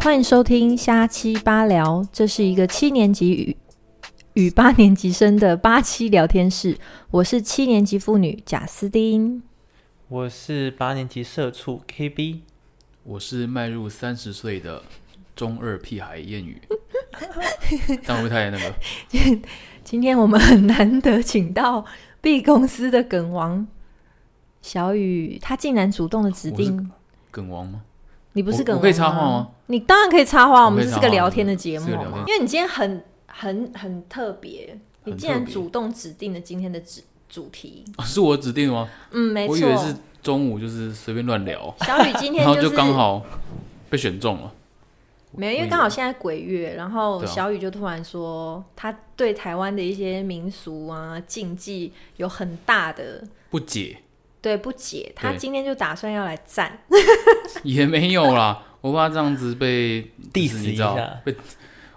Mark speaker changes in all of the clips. Speaker 1: 欢迎收听虾七八聊，这是一个七年级与与八年级生的八七聊天室，我是七年级妇女贾斯汀。
Speaker 2: 我是八年级社畜 KB，
Speaker 3: 我是迈入三十岁的中二屁孩谚 语，这样会不会太那个？
Speaker 1: 今天我们很难得请到 B 公司的梗王小雨，他竟然主动的指
Speaker 3: 我
Speaker 1: 定
Speaker 3: 梗王吗？
Speaker 1: 你不是
Speaker 3: 我
Speaker 1: 梗王
Speaker 3: 我可以插话
Speaker 1: 吗
Speaker 3: 吗？
Speaker 1: 你当然可以插话，我
Speaker 3: 我可
Speaker 1: 们
Speaker 3: 以
Speaker 1: 这
Speaker 3: 插
Speaker 1: 是
Speaker 3: 话
Speaker 1: 个聊天的节目啊
Speaker 3: 是个聊，天
Speaker 1: 因为你今天很很很特别，你
Speaker 3: 很
Speaker 1: 竟然
Speaker 3: 特别
Speaker 1: 主动指定了今天的主主题，
Speaker 3: 哦是我指定的吗？
Speaker 1: 嗯，没
Speaker 3: 我以为
Speaker 1: 错
Speaker 3: 是。中午就是随便乱聊，
Speaker 1: 小雨今天
Speaker 3: 然后
Speaker 1: 是
Speaker 3: 就刚好被选中了。
Speaker 1: 没有，因
Speaker 3: 我
Speaker 1: 为
Speaker 3: 以
Speaker 1: 刚好
Speaker 3: 为
Speaker 1: 现在鬼月，然后
Speaker 3: 对啊
Speaker 1: 小雨就突然说，他对台湾的一些民俗啊、禁忌有很大的
Speaker 3: 不解
Speaker 1: 对不解，他
Speaker 3: 对
Speaker 1: 今天就打算要来站，
Speaker 3: 也没有啦，我怕这样子被
Speaker 2: diss
Speaker 3: 你知道
Speaker 2: 一下
Speaker 3: 被，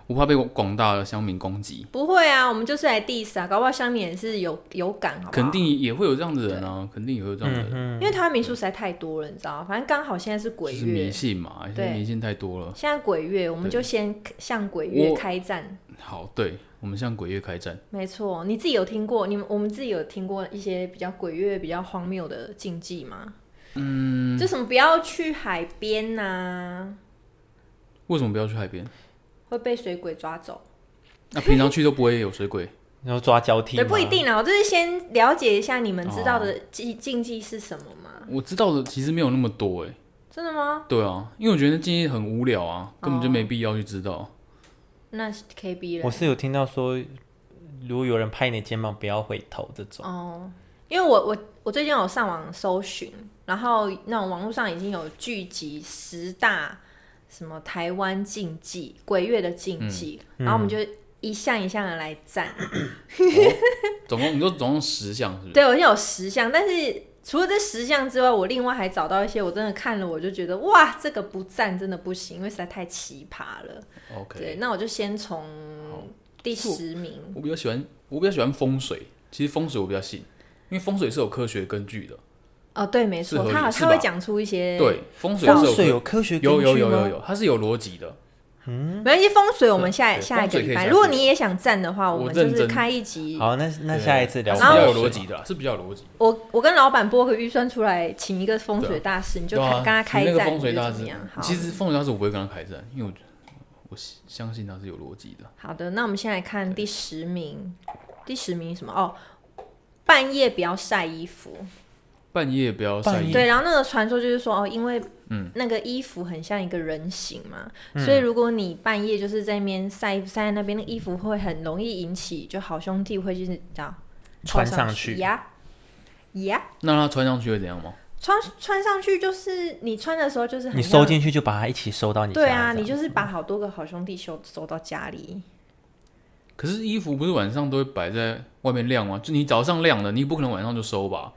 Speaker 3: 我怕被广大的乡民攻击，
Speaker 1: 不会啊，我们就是来 diss 啊，搞不好乡民也是有有感，好不好？
Speaker 3: 肯，定也会有这样的人啊，肯定也会有这样
Speaker 2: 嗯
Speaker 3: 的人，
Speaker 1: 因为台湾民俗实在太多了，你知道吗？反正刚好现在是
Speaker 3: 就
Speaker 1: 鬼
Speaker 3: 是迷
Speaker 1: 月，
Speaker 3: 信嘛，现在
Speaker 1: 对
Speaker 3: 迷信太多了。
Speaker 1: 现在鬼月，我们
Speaker 3: 对
Speaker 1: 就先向鬼月
Speaker 3: 我
Speaker 1: 开战。
Speaker 3: 好，对我们向鬼月开战，
Speaker 1: 没错，你自己有听过，你们我们自己有听过一些比较鬼月、比较荒谬的禁忌吗？嗯，就什么不要去海边呐、
Speaker 3: 为什么不要去海边？
Speaker 1: 会被水鬼抓走。
Speaker 3: 那平常去都不会有水鬼。
Speaker 2: 然后抓交替
Speaker 1: 对，
Speaker 2: 吗，哦
Speaker 1: 不一定啊，我就是先了解一下你们知道的禁禁忌是什么嘛？
Speaker 3: 我知道的其实没有那么多哎、
Speaker 1: 真的吗？哦
Speaker 3: 对啊，因为我觉得那建议很无聊啊，根本就没必要去 知道。哦
Speaker 1: 那是 KB
Speaker 2: 我
Speaker 1: 了
Speaker 2: 是有听到说，如果有人拍你肩膀，不要回头这种。
Speaker 1: 哦，因为我我我最近有上网搜寻，然后那种网络上已经有聚集十大什么台湾禁忌、鬼月的禁忌，
Speaker 2: 嗯
Speaker 1: 然后我们就一项一项的来赞。
Speaker 3: 总共你说总共十项是不是？
Speaker 1: 对，我现在有十项，但是除了这十项之外，我另外还找到一些我真的看了，我就觉得哇，这个不赞真的不行，因为实在太奇葩了。对，
Speaker 3: OK，
Speaker 1: 那我就先从第十名，
Speaker 3: 我比较喜欢我比较喜欢风水，其实风水我比较信，因为风水是有科学根据的。
Speaker 1: 哦，对，没
Speaker 3: 是
Speaker 1: 错，
Speaker 3: 合理
Speaker 1: 他好
Speaker 3: 是
Speaker 1: 他
Speaker 3: 吧
Speaker 1: 会讲出一些，
Speaker 3: 对，风水
Speaker 2: 风
Speaker 3: 是
Speaker 2: 水
Speaker 3: 有
Speaker 2: 有科学根据
Speaker 3: 有
Speaker 2: 吗？
Speaker 3: 有有有有，它是有逻辑的。
Speaker 1: 嗯没关系，风水我们下
Speaker 3: 对
Speaker 1: 下一个
Speaker 3: 风水可以
Speaker 1: 礼拜，
Speaker 3: 下
Speaker 1: 如果
Speaker 3: 次
Speaker 1: 你也想赞的话，
Speaker 3: 我
Speaker 1: 们就
Speaker 3: 认
Speaker 1: 是
Speaker 3: 真
Speaker 1: 开一集。
Speaker 2: 好，那那
Speaker 3: 对
Speaker 2: 下一次聊
Speaker 3: 它
Speaker 2: 风
Speaker 3: 是比
Speaker 2: 水。
Speaker 3: 较有逻辑的啦，是比较有逻辑。
Speaker 1: 我我跟老板拨个预算出来，请一个风水大师，你就
Speaker 3: 对
Speaker 1: 开
Speaker 3: 啊，
Speaker 1: 跟他开
Speaker 3: 你那个
Speaker 1: 战，
Speaker 3: 风水
Speaker 1: 你觉得
Speaker 3: 大
Speaker 1: 怎
Speaker 3: 师
Speaker 1: 么样？好，
Speaker 3: 其实风水大师我不会跟他开战，因为我觉得我相信他是有逻辑的。
Speaker 1: 好的，那我们先来看第十名，第十名什么？哦，半夜不要晒衣服。
Speaker 3: 半夜不要晒
Speaker 2: 半
Speaker 3: 衣
Speaker 2: 夜
Speaker 3: 服
Speaker 1: 对，然后那个传说就是说，哦，因为
Speaker 2: 嗯
Speaker 1: 那个衣服很像一个人形嘛，所以如果你半夜就是在那边晒衣服晒在那边，那个衣服会很容易引起就好兄弟会就是这样
Speaker 2: 穿
Speaker 1: 上
Speaker 2: 上去
Speaker 1: 呀呀，
Speaker 3: 那他穿上去会怎样吗？
Speaker 1: 穿穿上去就是你穿的时候就是很
Speaker 2: 你
Speaker 1: 像
Speaker 2: 收进去就把它一起收到你家。
Speaker 1: 对啊，
Speaker 2: 这样
Speaker 1: 你就是把好多个好兄弟收收到家里，
Speaker 3: 可是衣服不是晚上都会摆在外面晾吗？就你早上晾的，你不可能晚上就收吧？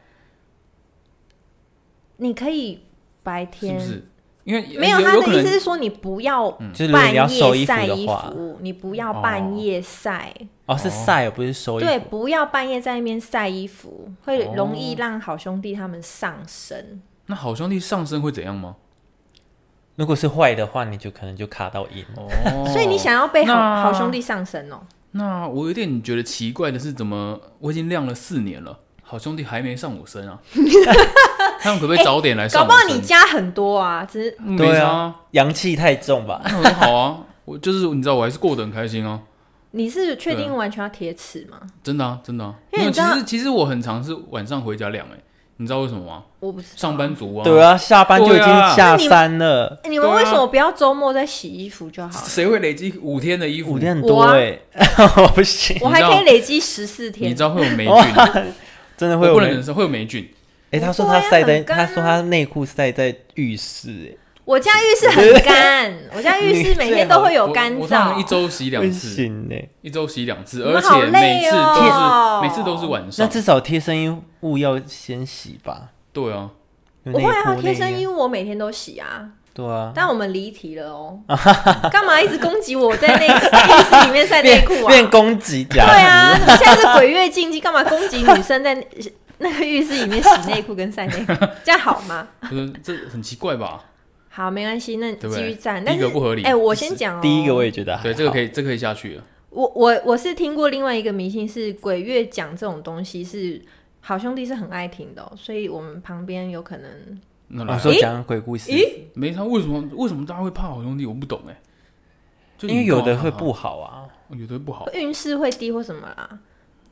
Speaker 1: 你可以白
Speaker 3: 是
Speaker 1: 天
Speaker 3: 不是？因为
Speaker 1: 没有，
Speaker 3: 有
Speaker 1: 他
Speaker 3: 有
Speaker 1: 的
Speaker 3: 可
Speaker 1: 意思
Speaker 3: 能嗯
Speaker 1: 是说你不要
Speaker 2: 就是如果
Speaker 1: 半
Speaker 2: 你要收
Speaker 1: 夜
Speaker 2: 衣服
Speaker 1: 晒
Speaker 2: 的
Speaker 1: 衣
Speaker 2: 话，
Speaker 1: 服，你不要半
Speaker 3: 哦
Speaker 1: 夜晒。
Speaker 2: 哦是晒，不是收衣服。
Speaker 1: 对，不要半夜在那边晒衣服，会
Speaker 3: 哦
Speaker 1: 容易让好兄弟他们上身。
Speaker 3: 那好兄弟上身会怎样 吗？
Speaker 2: 如果是坏的话，你就可能就卡到音。
Speaker 3: 哦
Speaker 1: 所以你想要被好
Speaker 3: 那
Speaker 1: 好兄弟上身哦、
Speaker 3: 那我有点觉得奇怪的是，怎么我已经晾了四年了，好兄弟还没上 我身啊？他们可不可以早点来
Speaker 1: 哎搞
Speaker 3: 上
Speaker 1: 不
Speaker 3: 我
Speaker 1: 好
Speaker 3: 身？
Speaker 1: 你家很多啊，只是
Speaker 3: 嗯没
Speaker 2: 对
Speaker 3: 差
Speaker 2: 啊
Speaker 3: 啊，，
Speaker 2: 阳气太重吧？
Speaker 3: 那很好啊。我就是你知道，我还是过得很开心啊，
Speaker 1: 你是确
Speaker 3: 对啊
Speaker 1: 定完全要铁齿吗？
Speaker 3: 真的啊，真的啊。
Speaker 1: 因为
Speaker 3: 没有，
Speaker 1: 你知
Speaker 3: 其
Speaker 1: 道
Speaker 3: 实其实我很常是晚上回家晾哎、你知道为什么吗？
Speaker 1: 我不知道。
Speaker 3: 上班族啊，
Speaker 2: 对啊，下班就已经
Speaker 3: 对啊
Speaker 2: 下山了，
Speaker 1: 欸你们
Speaker 3: 对啊
Speaker 1: 为什么不要周末再洗衣服就
Speaker 2: 啊
Speaker 1: 好了？
Speaker 3: 谁会累积五天的衣服？
Speaker 2: 五天很
Speaker 1: 我
Speaker 2: 多
Speaker 1: 啊
Speaker 2: 哎， 我不行，
Speaker 1: 我还可以累积十四天
Speaker 3: 你知。道会有霉菌，
Speaker 2: 真哦 的会
Speaker 3: 我
Speaker 2: 有
Speaker 3: 不能忍
Speaker 2: 人。
Speaker 3: 受，会有霉菌。
Speaker 2: 哎，他说
Speaker 1: 不会
Speaker 2: 他
Speaker 1: 啊
Speaker 2: 晒在，
Speaker 1: 很干
Speaker 2: 他
Speaker 1: 啊
Speaker 2: 说他内裤晒在浴室，欸
Speaker 1: 我家浴室很干，我家浴室每天都会 有干
Speaker 3: 我我
Speaker 1: 燥
Speaker 3: 上一。周洗
Speaker 2: 哎，
Speaker 3: 两
Speaker 2: 不
Speaker 3: 次，
Speaker 2: 行哎。
Speaker 3: 一周洗两次，
Speaker 1: 你们
Speaker 3: 而
Speaker 1: 好
Speaker 3: 且每次
Speaker 1: 累
Speaker 3: 都是、
Speaker 1: 哦
Speaker 3: 每次都是晚
Speaker 2: 那
Speaker 3: 上。
Speaker 2: 至少贴身衣物要先洗吧？
Speaker 3: 对啊，
Speaker 2: 有
Speaker 1: 我
Speaker 2: 内
Speaker 1: 会啊，
Speaker 2: 裤
Speaker 1: 贴身衣
Speaker 2: 物。
Speaker 1: 物我每天都洗啊。
Speaker 2: 对啊，
Speaker 1: 但我们离题了哦，干嘛一直攻击我 在内浴室里面晒内
Speaker 2: 变
Speaker 1: 裤啊？
Speaker 2: 变攻击
Speaker 1: 对
Speaker 2: 家。
Speaker 1: 啊，现在是鬼月禁忌，干嘛攻击女生在 那那个浴室里面洗内裤跟晒内裤？这样好吗？
Speaker 3: 就是这很奇怪吧？
Speaker 1: 好，没关系，那
Speaker 3: 对不
Speaker 1: 继
Speaker 3: 对
Speaker 1: 续站。
Speaker 3: 第
Speaker 1: 但
Speaker 3: 一
Speaker 1: 是
Speaker 3: 个，不合理。
Speaker 1: 哎、我先讲、哦，
Speaker 2: 第一个我也觉得还好，
Speaker 3: 对，这个可以，这个可以下去了。
Speaker 1: 我我我是听过另外一个迷信是鬼月讲这种东西是好兄弟是很爱听的哦、所以我们旁边有可能
Speaker 3: 那
Speaker 2: 我
Speaker 3: 来，
Speaker 2: 哦说讲鬼故事，
Speaker 1: 咦
Speaker 3: 没他为什么为什么大家会怕好兄弟？我不懂哎。就你
Speaker 2: 因为有的
Speaker 3: 干嘛
Speaker 2: 会
Speaker 3: 怕
Speaker 2: 不好啊，
Speaker 3: 他，有的会不好。
Speaker 1: 运势会低或什么啦。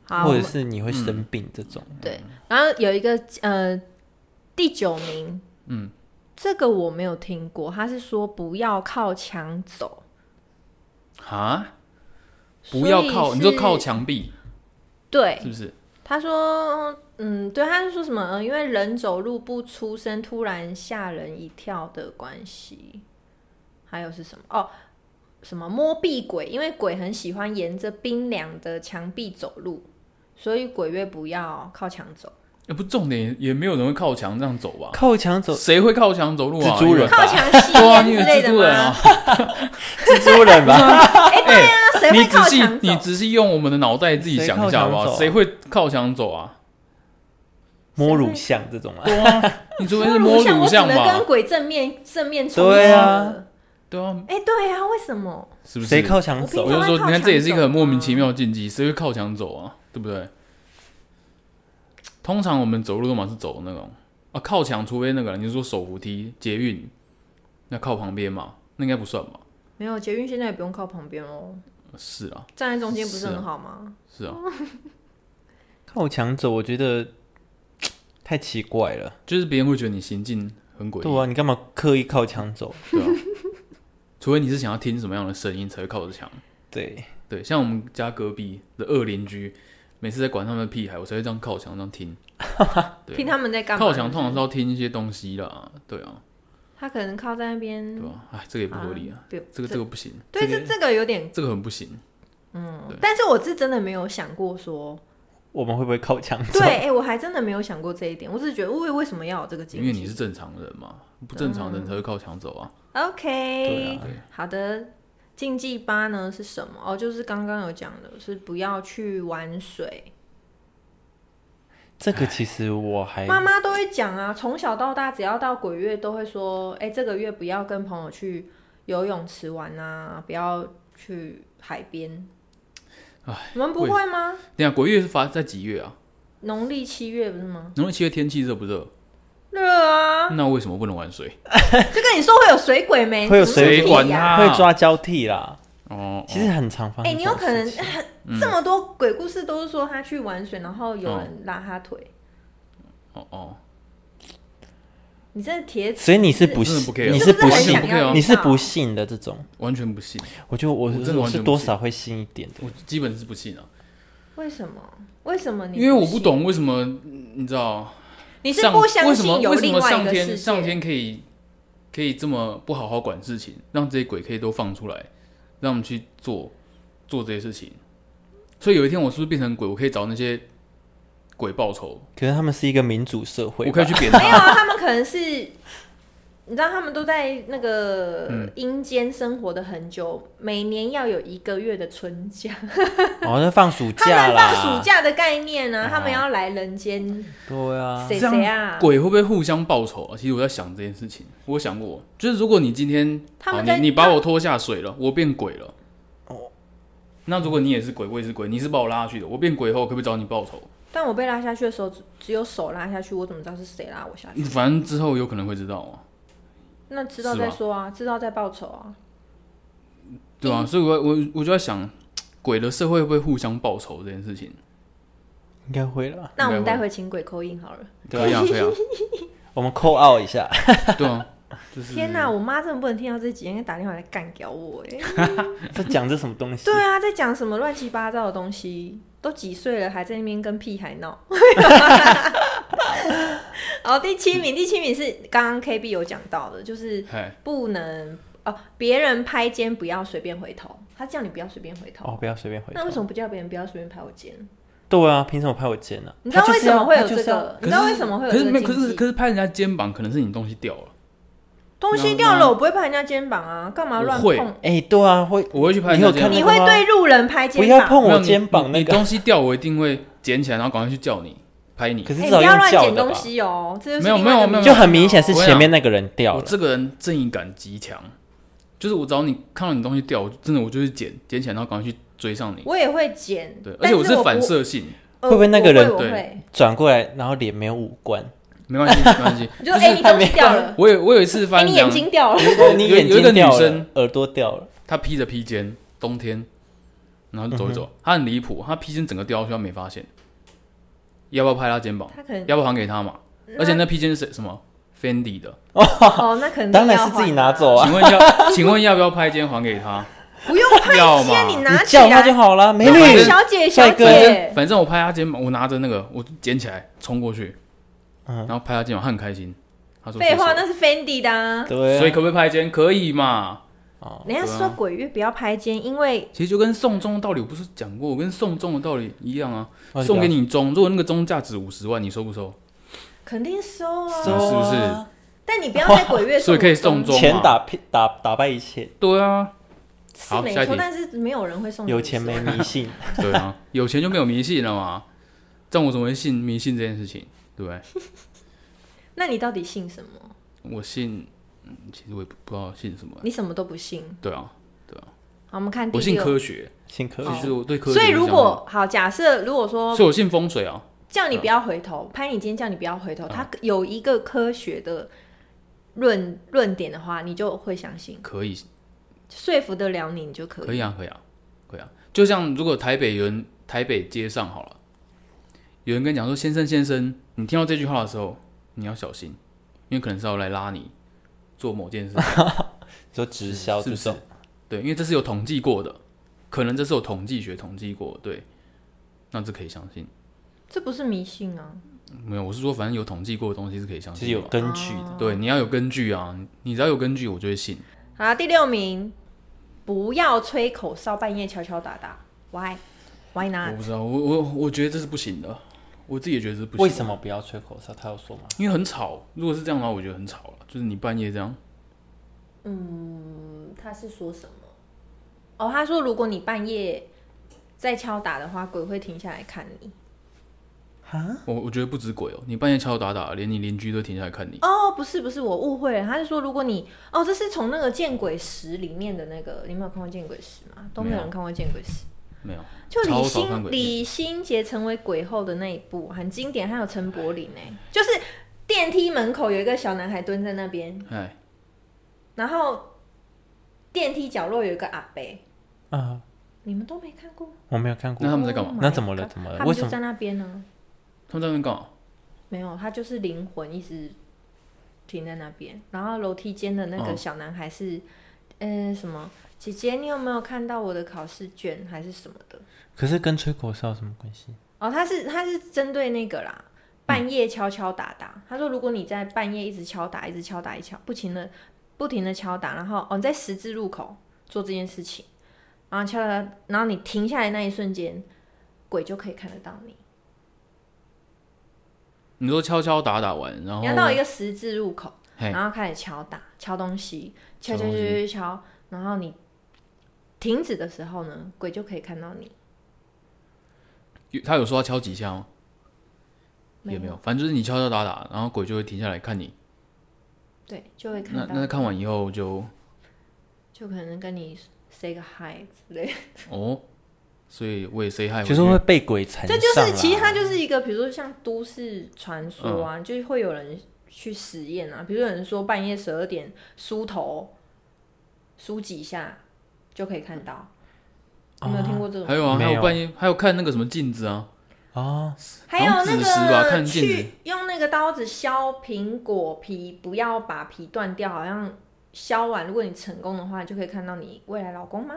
Speaker 1: 好，我
Speaker 2: 或者
Speaker 1: 们
Speaker 2: 是你会生病这种。啊
Speaker 1: 对，
Speaker 3: 嗯
Speaker 1: 然后有一个呃第九名，嗯，这个我没有听过，他是说不要靠墙走，
Speaker 3: 啊？不要靠，
Speaker 1: 所以
Speaker 3: 你
Speaker 1: 是
Speaker 3: 就靠墙壁，
Speaker 1: 对，
Speaker 3: 是不是？
Speaker 1: 他说，嗯，对，他是说什么？呃因为人走路不出声，突然吓人一跳的关系。还有是什么？哦，什么摸壁鬼？因为鬼很喜欢沿着冰凉的墙壁走路，所以鬼月不要靠墙 走。
Speaker 3: 也呃不重点，也没有人会靠墙这样走吧？
Speaker 2: 靠 墙走，
Speaker 3: 谁会靠墙走路啊？
Speaker 2: 蜘蛛人吧
Speaker 1: 靠墙吸
Speaker 3: 对啊，
Speaker 1: 烟
Speaker 3: 你以为
Speaker 1: 之类
Speaker 3: 蜘
Speaker 1: 的吗
Speaker 2: 蜘蛛
Speaker 3: 蛛人啊？？
Speaker 2: 人吧？
Speaker 1: 哎、对啊，谁
Speaker 3: 你
Speaker 1: 会
Speaker 3: 仔
Speaker 1: 靠
Speaker 3: 细
Speaker 1: 墙走
Speaker 3: 你？仔细用我们的脑袋自己想一下好不
Speaker 2: 谁靠墙走啊
Speaker 3: 好？谁会靠墙走 啊？
Speaker 2: 摸乳像这种啊，
Speaker 3: 对啊，你除非是摸
Speaker 1: 像
Speaker 3: 乳
Speaker 1: 我只
Speaker 3: 像
Speaker 1: 能跟
Speaker 3: 吧？
Speaker 1: 鬼正面正面冲
Speaker 2: 对
Speaker 1: 撞
Speaker 2: 啊
Speaker 1: 了。
Speaker 3: 对啊，
Speaker 1: 哎、对啊，为什么？
Speaker 3: 是不
Speaker 2: 谁
Speaker 3: 是？
Speaker 2: 靠墙
Speaker 3: 我
Speaker 1: 我
Speaker 2: 走
Speaker 1: 平？常
Speaker 3: 就说，
Speaker 1: 靠
Speaker 3: 你看
Speaker 1: 墙
Speaker 3: 这也是一个
Speaker 1: 走
Speaker 3: 很莫名
Speaker 1: 啊
Speaker 3: 其妙的禁忌，谁会靠墙走啊？对不对？通常我们走路都嘛是走那种啊，靠墙，除非那个你是说手扶梯、捷运，那靠旁边嘛，那应该不算吧？
Speaker 1: 没有捷运现在也不用靠旁边哦，
Speaker 3: 是啊，
Speaker 1: 站在中间不是
Speaker 3: 是啊
Speaker 1: 很好吗？
Speaker 3: 是啊，
Speaker 2: 靠墙走，我觉得太奇怪了。
Speaker 3: 就是别人会觉得你行径很诡异，
Speaker 2: 对啊，你干嘛刻意靠墙走？
Speaker 3: 对啊， 除非你是想要听什么样的声音才会靠着墙。
Speaker 2: 对，
Speaker 3: 对，像我们家隔壁的恶邻居，每次在管他们的屁孩，我才会这样靠墙这样听。对
Speaker 1: 听他们在干嘛？
Speaker 3: 靠墙通常是要听一些东西啦，对啊，
Speaker 1: 他可能靠在那边
Speaker 3: 对，吧、哎，这个也不合理啊，
Speaker 1: 啊不
Speaker 3: 这个这个不行，
Speaker 1: 对，
Speaker 2: 这
Speaker 1: 这这个有点，
Speaker 3: 这个很不行。对
Speaker 1: 但是我是真的没有想过 说，
Speaker 2: 我们会不会靠墙走
Speaker 1: 对，？哎，我还真的没有想过这一点，我只是觉得为为什么要有这个嗯禁忌？
Speaker 3: 因为你是正常人嘛，不正常人才会靠墙走啊。
Speaker 1: OK，、
Speaker 3: 对啊
Speaker 1: 好的。禁忌八呢是什么？哦，就是刚刚有讲的，是不要去玩水。
Speaker 2: 这个其实我还
Speaker 1: 妈妈都会讲啊，从小到大，只要到鬼月都会说，哎、这个月不要跟朋友去游泳池玩啊，不要去海边。你们不
Speaker 3: 为
Speaker 1: 会吗？
Speaker 3: 等一下鬼月是发在几月啊？
Speaker 1: 农历七月不是吗？
Speaker 3: 农历七月天气热不热？
Speaker 1: 热啊！
Speaker 3: 那为什么不能玩水？
Speaker 1: 就跟你说会有水鬼没？
Speaker 2: 会有
Speaker 1: 什么
Speaker 2: 水
Speaker 1: 屁
Speaker 3: 管
Speaker 1: 呀、
Speaker 3: 它啊
Speaker 2: 会抓交替啦。
Speaker 3: 哦，
Speaker 2: 其实很常发
Speaker 1: 哎、
Speaker 2: 生这
Speaker 1: 你
Speaker 2: 种
Speaker 1: 有
Speaker 2: 事
Speaker 1: 可
Speaker 2: 情。
Speaker 1: 能、
Speaker 3: 嗯
Speaker 1: 这么多鬼故事都是说他去玩水，然后有人拉他腿，
Speaker 3: 哦哦，
Speaker 1: 你这铁齿，
Speaker 2: 所以你是不
Speaker 3: 我真的
Speaker 2: 信
Speaker 3: 不 care，，
Speaker 2: 你
Speaker 1: 哎是
Speaker 2: 不
Speaker 1: 不是很
Speaker 2: 信
Speaker 1: 想
Speaker 3: 不 care
Speaker 1: 要
Speaker 3: 啊
Speaker 2: 你是不信的这种，
Speaker 3: 完全不信，
Speaker 2: 我觉得我
Speaker 3: 我真的
Speaker 2: 我
Speaker 3: 完
Speaker 2: 是
Speaker 3: 全
Speaker 2: 多
Speaker 3: 不信
Speaker 2: 少会信一点的。
Speaker 3: 我基本是不信啊，
Speaker 1: 为什么？为什么你？
Speaker 3: 因为我不，懂为什么，嗯你知道。
Speaker 1: 你是
Speaker 3: 上
Speaker 1: 不相
Speaker 3: 为什么
Speaker 1: 信有
Speaker 3: 为什
Speaker 1: 另
Speaker 3: 么
Speaker 1: 外
Speaker 3: 上
Speaker 1: 一个
Speaker 3: 天
Speaker 1: 世
Speaker 3: 上
Speaker 1: 界？
Speaker 3: 天可以可以这么不好好管事情，让这些鬼可以都放出来，让我们去做做这些事情。所以有一天我是不是变成鬼，我可以找那些鬼报仇，
Speaker 2: 可是他们是一个民主社会吧，
Speaker 3: 我可以去扁
Speaker 1: 没有
Speaker 3: 他。
Speaker 1: 啊，他们可能是，你知道他们都在那
Speaker 3: 嗯
Speaker 1: 个阴间生活的很久，每年要有一个月的春假，
Speaker 2: 哦，那放暑
Speaker 1: 他
Speaker 2: 假
Speaker 1: 们
Speaker 2: 啦，
Speaker 1: 放暑假的概念呢、
Speaker 2: 哦
Speaker 1: 他们要来人间，
Speaker 2: 对啊，
Speaker 1: 谁
Speaker 3: 这
Speaker 1: 谁
Speaker 3: 样
Speaker 1: 啊？
Speaker 3: 鬼会不会互相报仇啊？其实我在想这件事情，我有想过，就是如果你今天
Speaker 1: 他
Speaker 3: 好，
Speaker 1: 们
Speaker 3: 你
Speaker 1: 在
Speaker 3: 你把我拖下水了，我变鬼了。那如果你也是鬼，我也是鬼，你是把我拉下去的，我变鬼后可不可以找你报仇？
Speaker 1: 但我被拉下去的时候，只只有手拉下去，我怎么知道是谁拉我下去？
Speaker 3: 反正之后有可能会知道啊。
Speaker 1: 那知道
Speaker 3: 是
Speaker 1: 再
Speaker 3: 吧
Speaker 1: 说啊，知道再报仇啊。
Speaker 3: 对
Speaker 1: 嗯
Speaker 3: 啊，所以我我我就在想，鬼的社会会不会互相报仇这件事情？
Speaker 2: 应该会啦。
Speaker 1: 那我们
Speaker 3: 应该
Speaker 1: 待
Speaker 3: 会
Speaker 1: 会请鬼扣印好了。
Speaker 3: 可以啊，可以
Speaker 2: 我们扣 out 一下，
Speaker 3: 啊，对啊，就是
Speaker 1: 天哪、我妈真的不能听到这集，应该打电话来干掉我哎。
Speaker 2: 这讲这什么东西
Speaker 1: 对？啊，在讲什么乱七八糟的东西？都几岁了，还在那边跟屁孩闹。哦，第七名，第七名是刚刚 KB 有讲到的，就是
Speaker 3: 嗨，
Speaker 1: 不能哦，别人拍肩不要随便回头，他叫你不要随便回 头。
Speaker 2: 哦，不要随便回
Speaker 1: 那
Speaker 2: 头
Speaker 1: 为。什么不叫别人不要随便拍我肩？
Speaker 2: 对啊，凭什么拍我肩呢？
Speaker 1: 你知道
Speaker 2: 他
Speaker 1: 为
Speaker 2: 就是
Speaker 1: 什
Speaker 2: 要
Speaker 1: 么会有
Speaker 2: 他就
Speaker 1: 这
Speaker 2: 是要
Speaker 1: 个？你知道为什么会有
Speaker 3: 可
Speaker 1: 这
Speaker 3: 是
Speaker 1: 个
Speaker 3: 没可
Speaker 1: 禁
Speaker 3: 是
Speaker 1: 忌？
Speaker 3: 可是拍人家肩膀，可能是你东西掉了，
Speaker 1: 东西掉了，我不会拍人家肩膀啊，干嘛乱
Speaker 3: 我会
Speaker 1: 碰？
Speaker 2: 哎，对啊，会
Speaker 3: 我会去拍人
Speaker 2: 你
Speaker 3: 家
Speaker 2: 有
Speaker 3: 肩膀
Speaker 2: 看
Speaker 1: 你
Speaker 2: 那
Speaker 1: 会
Speaker 2: 个吗？
Speaker 1: 对路人拍肩
Speaker 2: 不
Speaker 1: 膀？
Speaker 2: 要碰
Speaker 3: 没有
Speaker 2: 我
Speaker 3: 你
Speaker 2: 肩膀
Speaker 3: 你
Speaker 2: 那
Speaker 3: 你
Speaker 2: 个，
Speaker 3: 东西掉，我一定会捡起来，然后赶快去叫你。拍你。
Speaker 2: 可是
Speaker 1: 哎、
Speaker 2: 至
Speaker 1: 不
Speaker 2: 少
Speaker 1: 要
Speaker 2: 用
Speaker 1: 乱
Speaker 2: 叫
Speaker 1: 捡
Speaker 2: 的
Speaker 1: 东
Speaker 2: 吧，
Speaker 1: 西哦，这就是
Speaker 3: 没有
Speaker 1: 另外一个
Speaker 3: 没有没有
Speaker 1: 迷
Speaker 2: 就
Speaker 1: 思
Speaker 2: 很明显是
Speaker 1: 哦
Speaker 2: 前面那个人掉
Speaker 3: 我
Speaker 2: 了。
Speaker 3: 这个人正义感极强，就是我只要你看到你东西掉，我就真的我就会捡捡起来，然后赶快去追上你。
Speaker 1: 我也会捡，
Speaker 3: 对，而
Speaker 1: 但
Speaker 3: 且我
Speaker 1: 是
Speaker 3: 是反
Speaker 1: 不，
Speaker 3: 射性，
Speaker 1: 呃
Speaker 2: 会不会那个人
Speaker 1: 我会我
Speaker 3: 对
Speaker 1: 会
Speaker 2: 转过来，然后脸没有五官，
Speaker 3: 没关系没关系。
Speaker 1: 就哎、你
Speaker 2: 他
Speaker 1: 东西
Speaker 2: 没
Speaker 1: 掉了，
Speaker 3: 我有我有一次
Speaker 1: 哎、
Speaker 3: 发现
Speaker 1: 你
Speaker 3: 这样
Speaker 1: 眼，睛掉了，
Speaker 2: 你
Speaker 3: 有
Speaker 2: 眼
Speaker 3: 有一个
Speaker 2: 睛
Speaker 3: 女
Speaker 2: 掉了
Speaker 3: 生，
Speaker 2: 耳朵掉了，
Speaker 3: 她披着披肩，冬天，然后就走
Speaker 2: 嗯
Speaker 3: 一走，她很离谱，她披肩整个掉下去，她没发现。要不要拍她肩膀？
Speaker 1: 他可能
Speaker 3: 要不要还给她嘛？而且那披肩是谁什么 ？Fendi 的，
Speaker 1: 哦，那可能
Speaker 2: 当然
Speaker 1: 要
Speaker 2: 是自己
Speaker 1: 还
Speaker 2: 拿
Speaker 1: 啊
Speaker 2: 走啊，
Speaker 3: 请问要请问要不要拍肩还给她？
Speaker 1: 不用拍
Speaker 3: 要
Speaker 1: 肩，
Speaker 3: 嘛
Speaker 1: 你
Speaker 2: 你
Speaker 1: 拿起
Speaker 2: 叫他就
Speaker 1: 来。
Speaker 2: 好了，美
Speaker 3: 对
Speaker 1: 哎
Speaker 3: 反
Speaker 2: 女
Speaker 3: 正。
Speaker 1: 小姐，小
Speaker 2: 帅哥
Speaker 3: 反正
Speaker 1: 姐，
Speaker 3: 反正我拍他肩膀，我拿着那个我捡起来冲过去，
Speaker 2: 嗯
Speaker 3: 然后拍他肩膀，他很开心。他说：“
Speaker 1: 废话，
Speaker 3: 谢
Speaker 1: 那是 Fendi 的啊。
Speaker 2: 对
Speaker 3: 谢
Speaker 2: 啊，
Speaker 3: 所以可不可以拍肩？可以嘛？啊
Speaker 1: 人家说鬼月不要拍肩，因为
Speaker 3: 其实就跟送钟的道理，我不是讲过，我跟送钟的道理一样啊。
Speaker 2: 哦
Speaker 3: 送给你钟，如果那个钟价值五十万，你收不收？
Speaker 1: 肯定收啊。
Speaker 2: 收啊
Speaker 3: 是不是
Speaker 1: 但你不要在鬼月送
Speaker 3: 所以可以送
Speaker 1: 东西
Speaker 3: 钟嘛
Speaker 2: 钱打屁打打败一切，
Speaker 3: 对啊，
Speaker 1: 是
Speaker 3: 好
Speaker 1: 没
Speaker 3: 下一
Speaker 1: 错
Speaker 3: 题，
Speaker 1: 但是没有人会送啊
Speaker 2: 有钱没迷 信，
Speaker 3: 对啊，有钱就没有迷信了嘛。这样我怎么会信迷信这件事情？对不对？
Speaker 1: 那你到底信什么？
Speaker 3: 我信，嗯其实我也不不知道信什么。
Speaker 1: 你什么都不信。
Speaker 3: 对啊，
Speaker 1: 好，我们看第
Speaker 3: 我信
Speaker 1: 六。哦
Speaker 3: 科学，
Speaker 2: 信科
Speaker 3: 其实我对科学
Speaker 1: 所以如
Speaker 3: 是这样
Speaker 1: 果好，假设如果
Speaker 3: 的，
Speaker 1: 说
Speaker 3: 所以我信风水啊。
Speaker 1: 叫你不要回头，拍你今天叫你不要回头，他有一个科学的论论点的话，你就会相信，
Speaker 3: 可以，
Speaker 1: 说服得了你，你就可以。
Speaker 3: 可以啊，可以啊，可以啊。就像如果台北有人台北街上好了，有人跟你讲说：“先生，先生，你听到这句话的时候，你要小心，因为可能是要来拉你做某件事，
Speaker 2: 说直销
Speaker 3: 是
Speaker 2: 这
Speaker 3: 不是啊
Speaker 2: 种，？
Speaker 3: 对，因为这是有统计过的，可能这是有统计学统计过的，对，那这可以相信。
Speaker 1: 这不是迷信啊，
Speaker 3: 没有，我是说，反正有统计过的东西是可以相
Speaker 2: 就是
Speaker 3: 信
Speaker 2: 有
Speaker 3: 的嘛。
Speaker 2: 根据
Speaker 1: 啊
Speaker 2: 的。
Speaker 3: 对，你要有根据啊，你只要有根据，我就会信。
Speaker 1: 好，第六名，不要吹口哨，半夜敲敲打打。Why? Why
Speaker 3: 我
Speaker 1: not？
Speaker 3: 不知道，我我我觉得这是不行的，我自己也觉得这是不行的。
Speaker 2: 为什么不要吹口哨？他有说吗？
Speaker 3: 因为很吵。如果是这样的话，我觉得很吵了。就是你半夜这样，
Speaker 1: 嗯，他是说什么？哦，他说如果你半夜在敲打的话，鬼会停下来看你。
Speaker 2: 嗯
Speaker 3: 我我觉得不止鬼哦，你半夜敲敲打打，连你邻居都停下来看你。
Speaker 1: 哦，不是不是，我误会了。他是说，如果你哦，这是从那个《见鬼石》里面的那个，你没有看过《见鬼石》吗？都没有人看过《见鬼石
Speaker 3: 没有，》，
Speaker 1: 就
Speaker 3: 超
Speaker 1: 李
Speaker 3: 少看
Speaker 1: 心
Speaker 3: 鬼片
Speaker 1: 李心洁成为鬼后的那一部很经典，还有陈柏霖呢、就是电梯门口有一个小男孩蹲在那边，
Speaker 3: 哎，
Speaker 1: 然后电梯角落有一个阿伯，
Speaker 2: 啊，
Speaker 1: 你们都没看过？
Speaker 2: 我没有看
Speaker 3: 那
Speaker 2: 过
Speaker 3: 他。们在干嘛
Speaker 1: Oh my
Speaker 2: 那怎么了
Speaker 1: God，
Speaker 2: 怎么了
Speaker 1: 他
Speaker 2: 为
Speaker 1: 们
Speaker 2: 什
Speaker 1: 就
Speaker 2: 么
Speaker 1: 在那边呢、
Speaker 3: 他们在那边干嘛？
Speaker 1: 没有，他就是灵魂一直停在那边。然后楼梯间的那个
Speaker 3: 嗯
Speaker 1: 小男孩是，嗯、什么？姐姐，你有没有看到我的考试卷还是什么的？
Speaker 2: 可是跟吹口哨有什么关系？
Speaker 1: 哦，他是他是针对那个啦，半夜敲敲打打。他说，如果你在半夜一直敲打，一直敲打，一直敲不停的不停的敲打，然后哦你在十字路口做这件事情，然后敲打打，然后你停下来那一瞬间，鬼就可以看得到你。
Speaker 3: 你说敲敲打打完，然后
Speaker 1: 你要到一个十字路口，
Speaker 3: 嘿
Speaker 1: 然后开始敲打敲东西，敲敲
Speaker 3: 敲
Speaker 1: 敲敲
Speaker 3: 东西
Speaker 1: 敲，然后你停止的时候呢，鬼就可以看到你。
Speaker 3: 有他有说要敲几下吗？也没
Speaker 1: 有，
Speaker 3: 有，反正就是你敲敲打打，然后鬼就会停下来看你。
Speaker 1: 对，就会看
Speaker 3: 那
Speaker 1: 到，
Speaker 3: 那看完以后就
Speaker 1: 就可能跟你 say 个 hi 之类的。
Speaker 3: 哦，所以哎我也 say hi 回去。
Speaker 2: 就是会被鬼缠
Speaker 1: 这
Speaker 2: 上啦。啊
Speaker 3: 啊
Speaker 1: 就是其实它就是一个，比如说像都市传说
Speaker 3: 嗯
Speaker 1: 啊，就是会有人去实验啊，比如有人说半夜十二点梳头，梳几下就可以看到。你没有听过这种？
Speaker 3: 还有啊，
Speaker 2: 没
Speaker 3: 还
Speaker 2: 有
Speaker 3: 有半夜还有看那个什么镜子啊，
Speaker 2: 啊，
Speaker 1: 还有
Speaker 3: 好像子时吧
Speaker 1: 那个
Speaker 3: 看镜子
Speaker 1: 去用那个刀子削苹果皮，不要把皮断掉，好像削完，如果你成功的话，就可以看到你未来老公吗？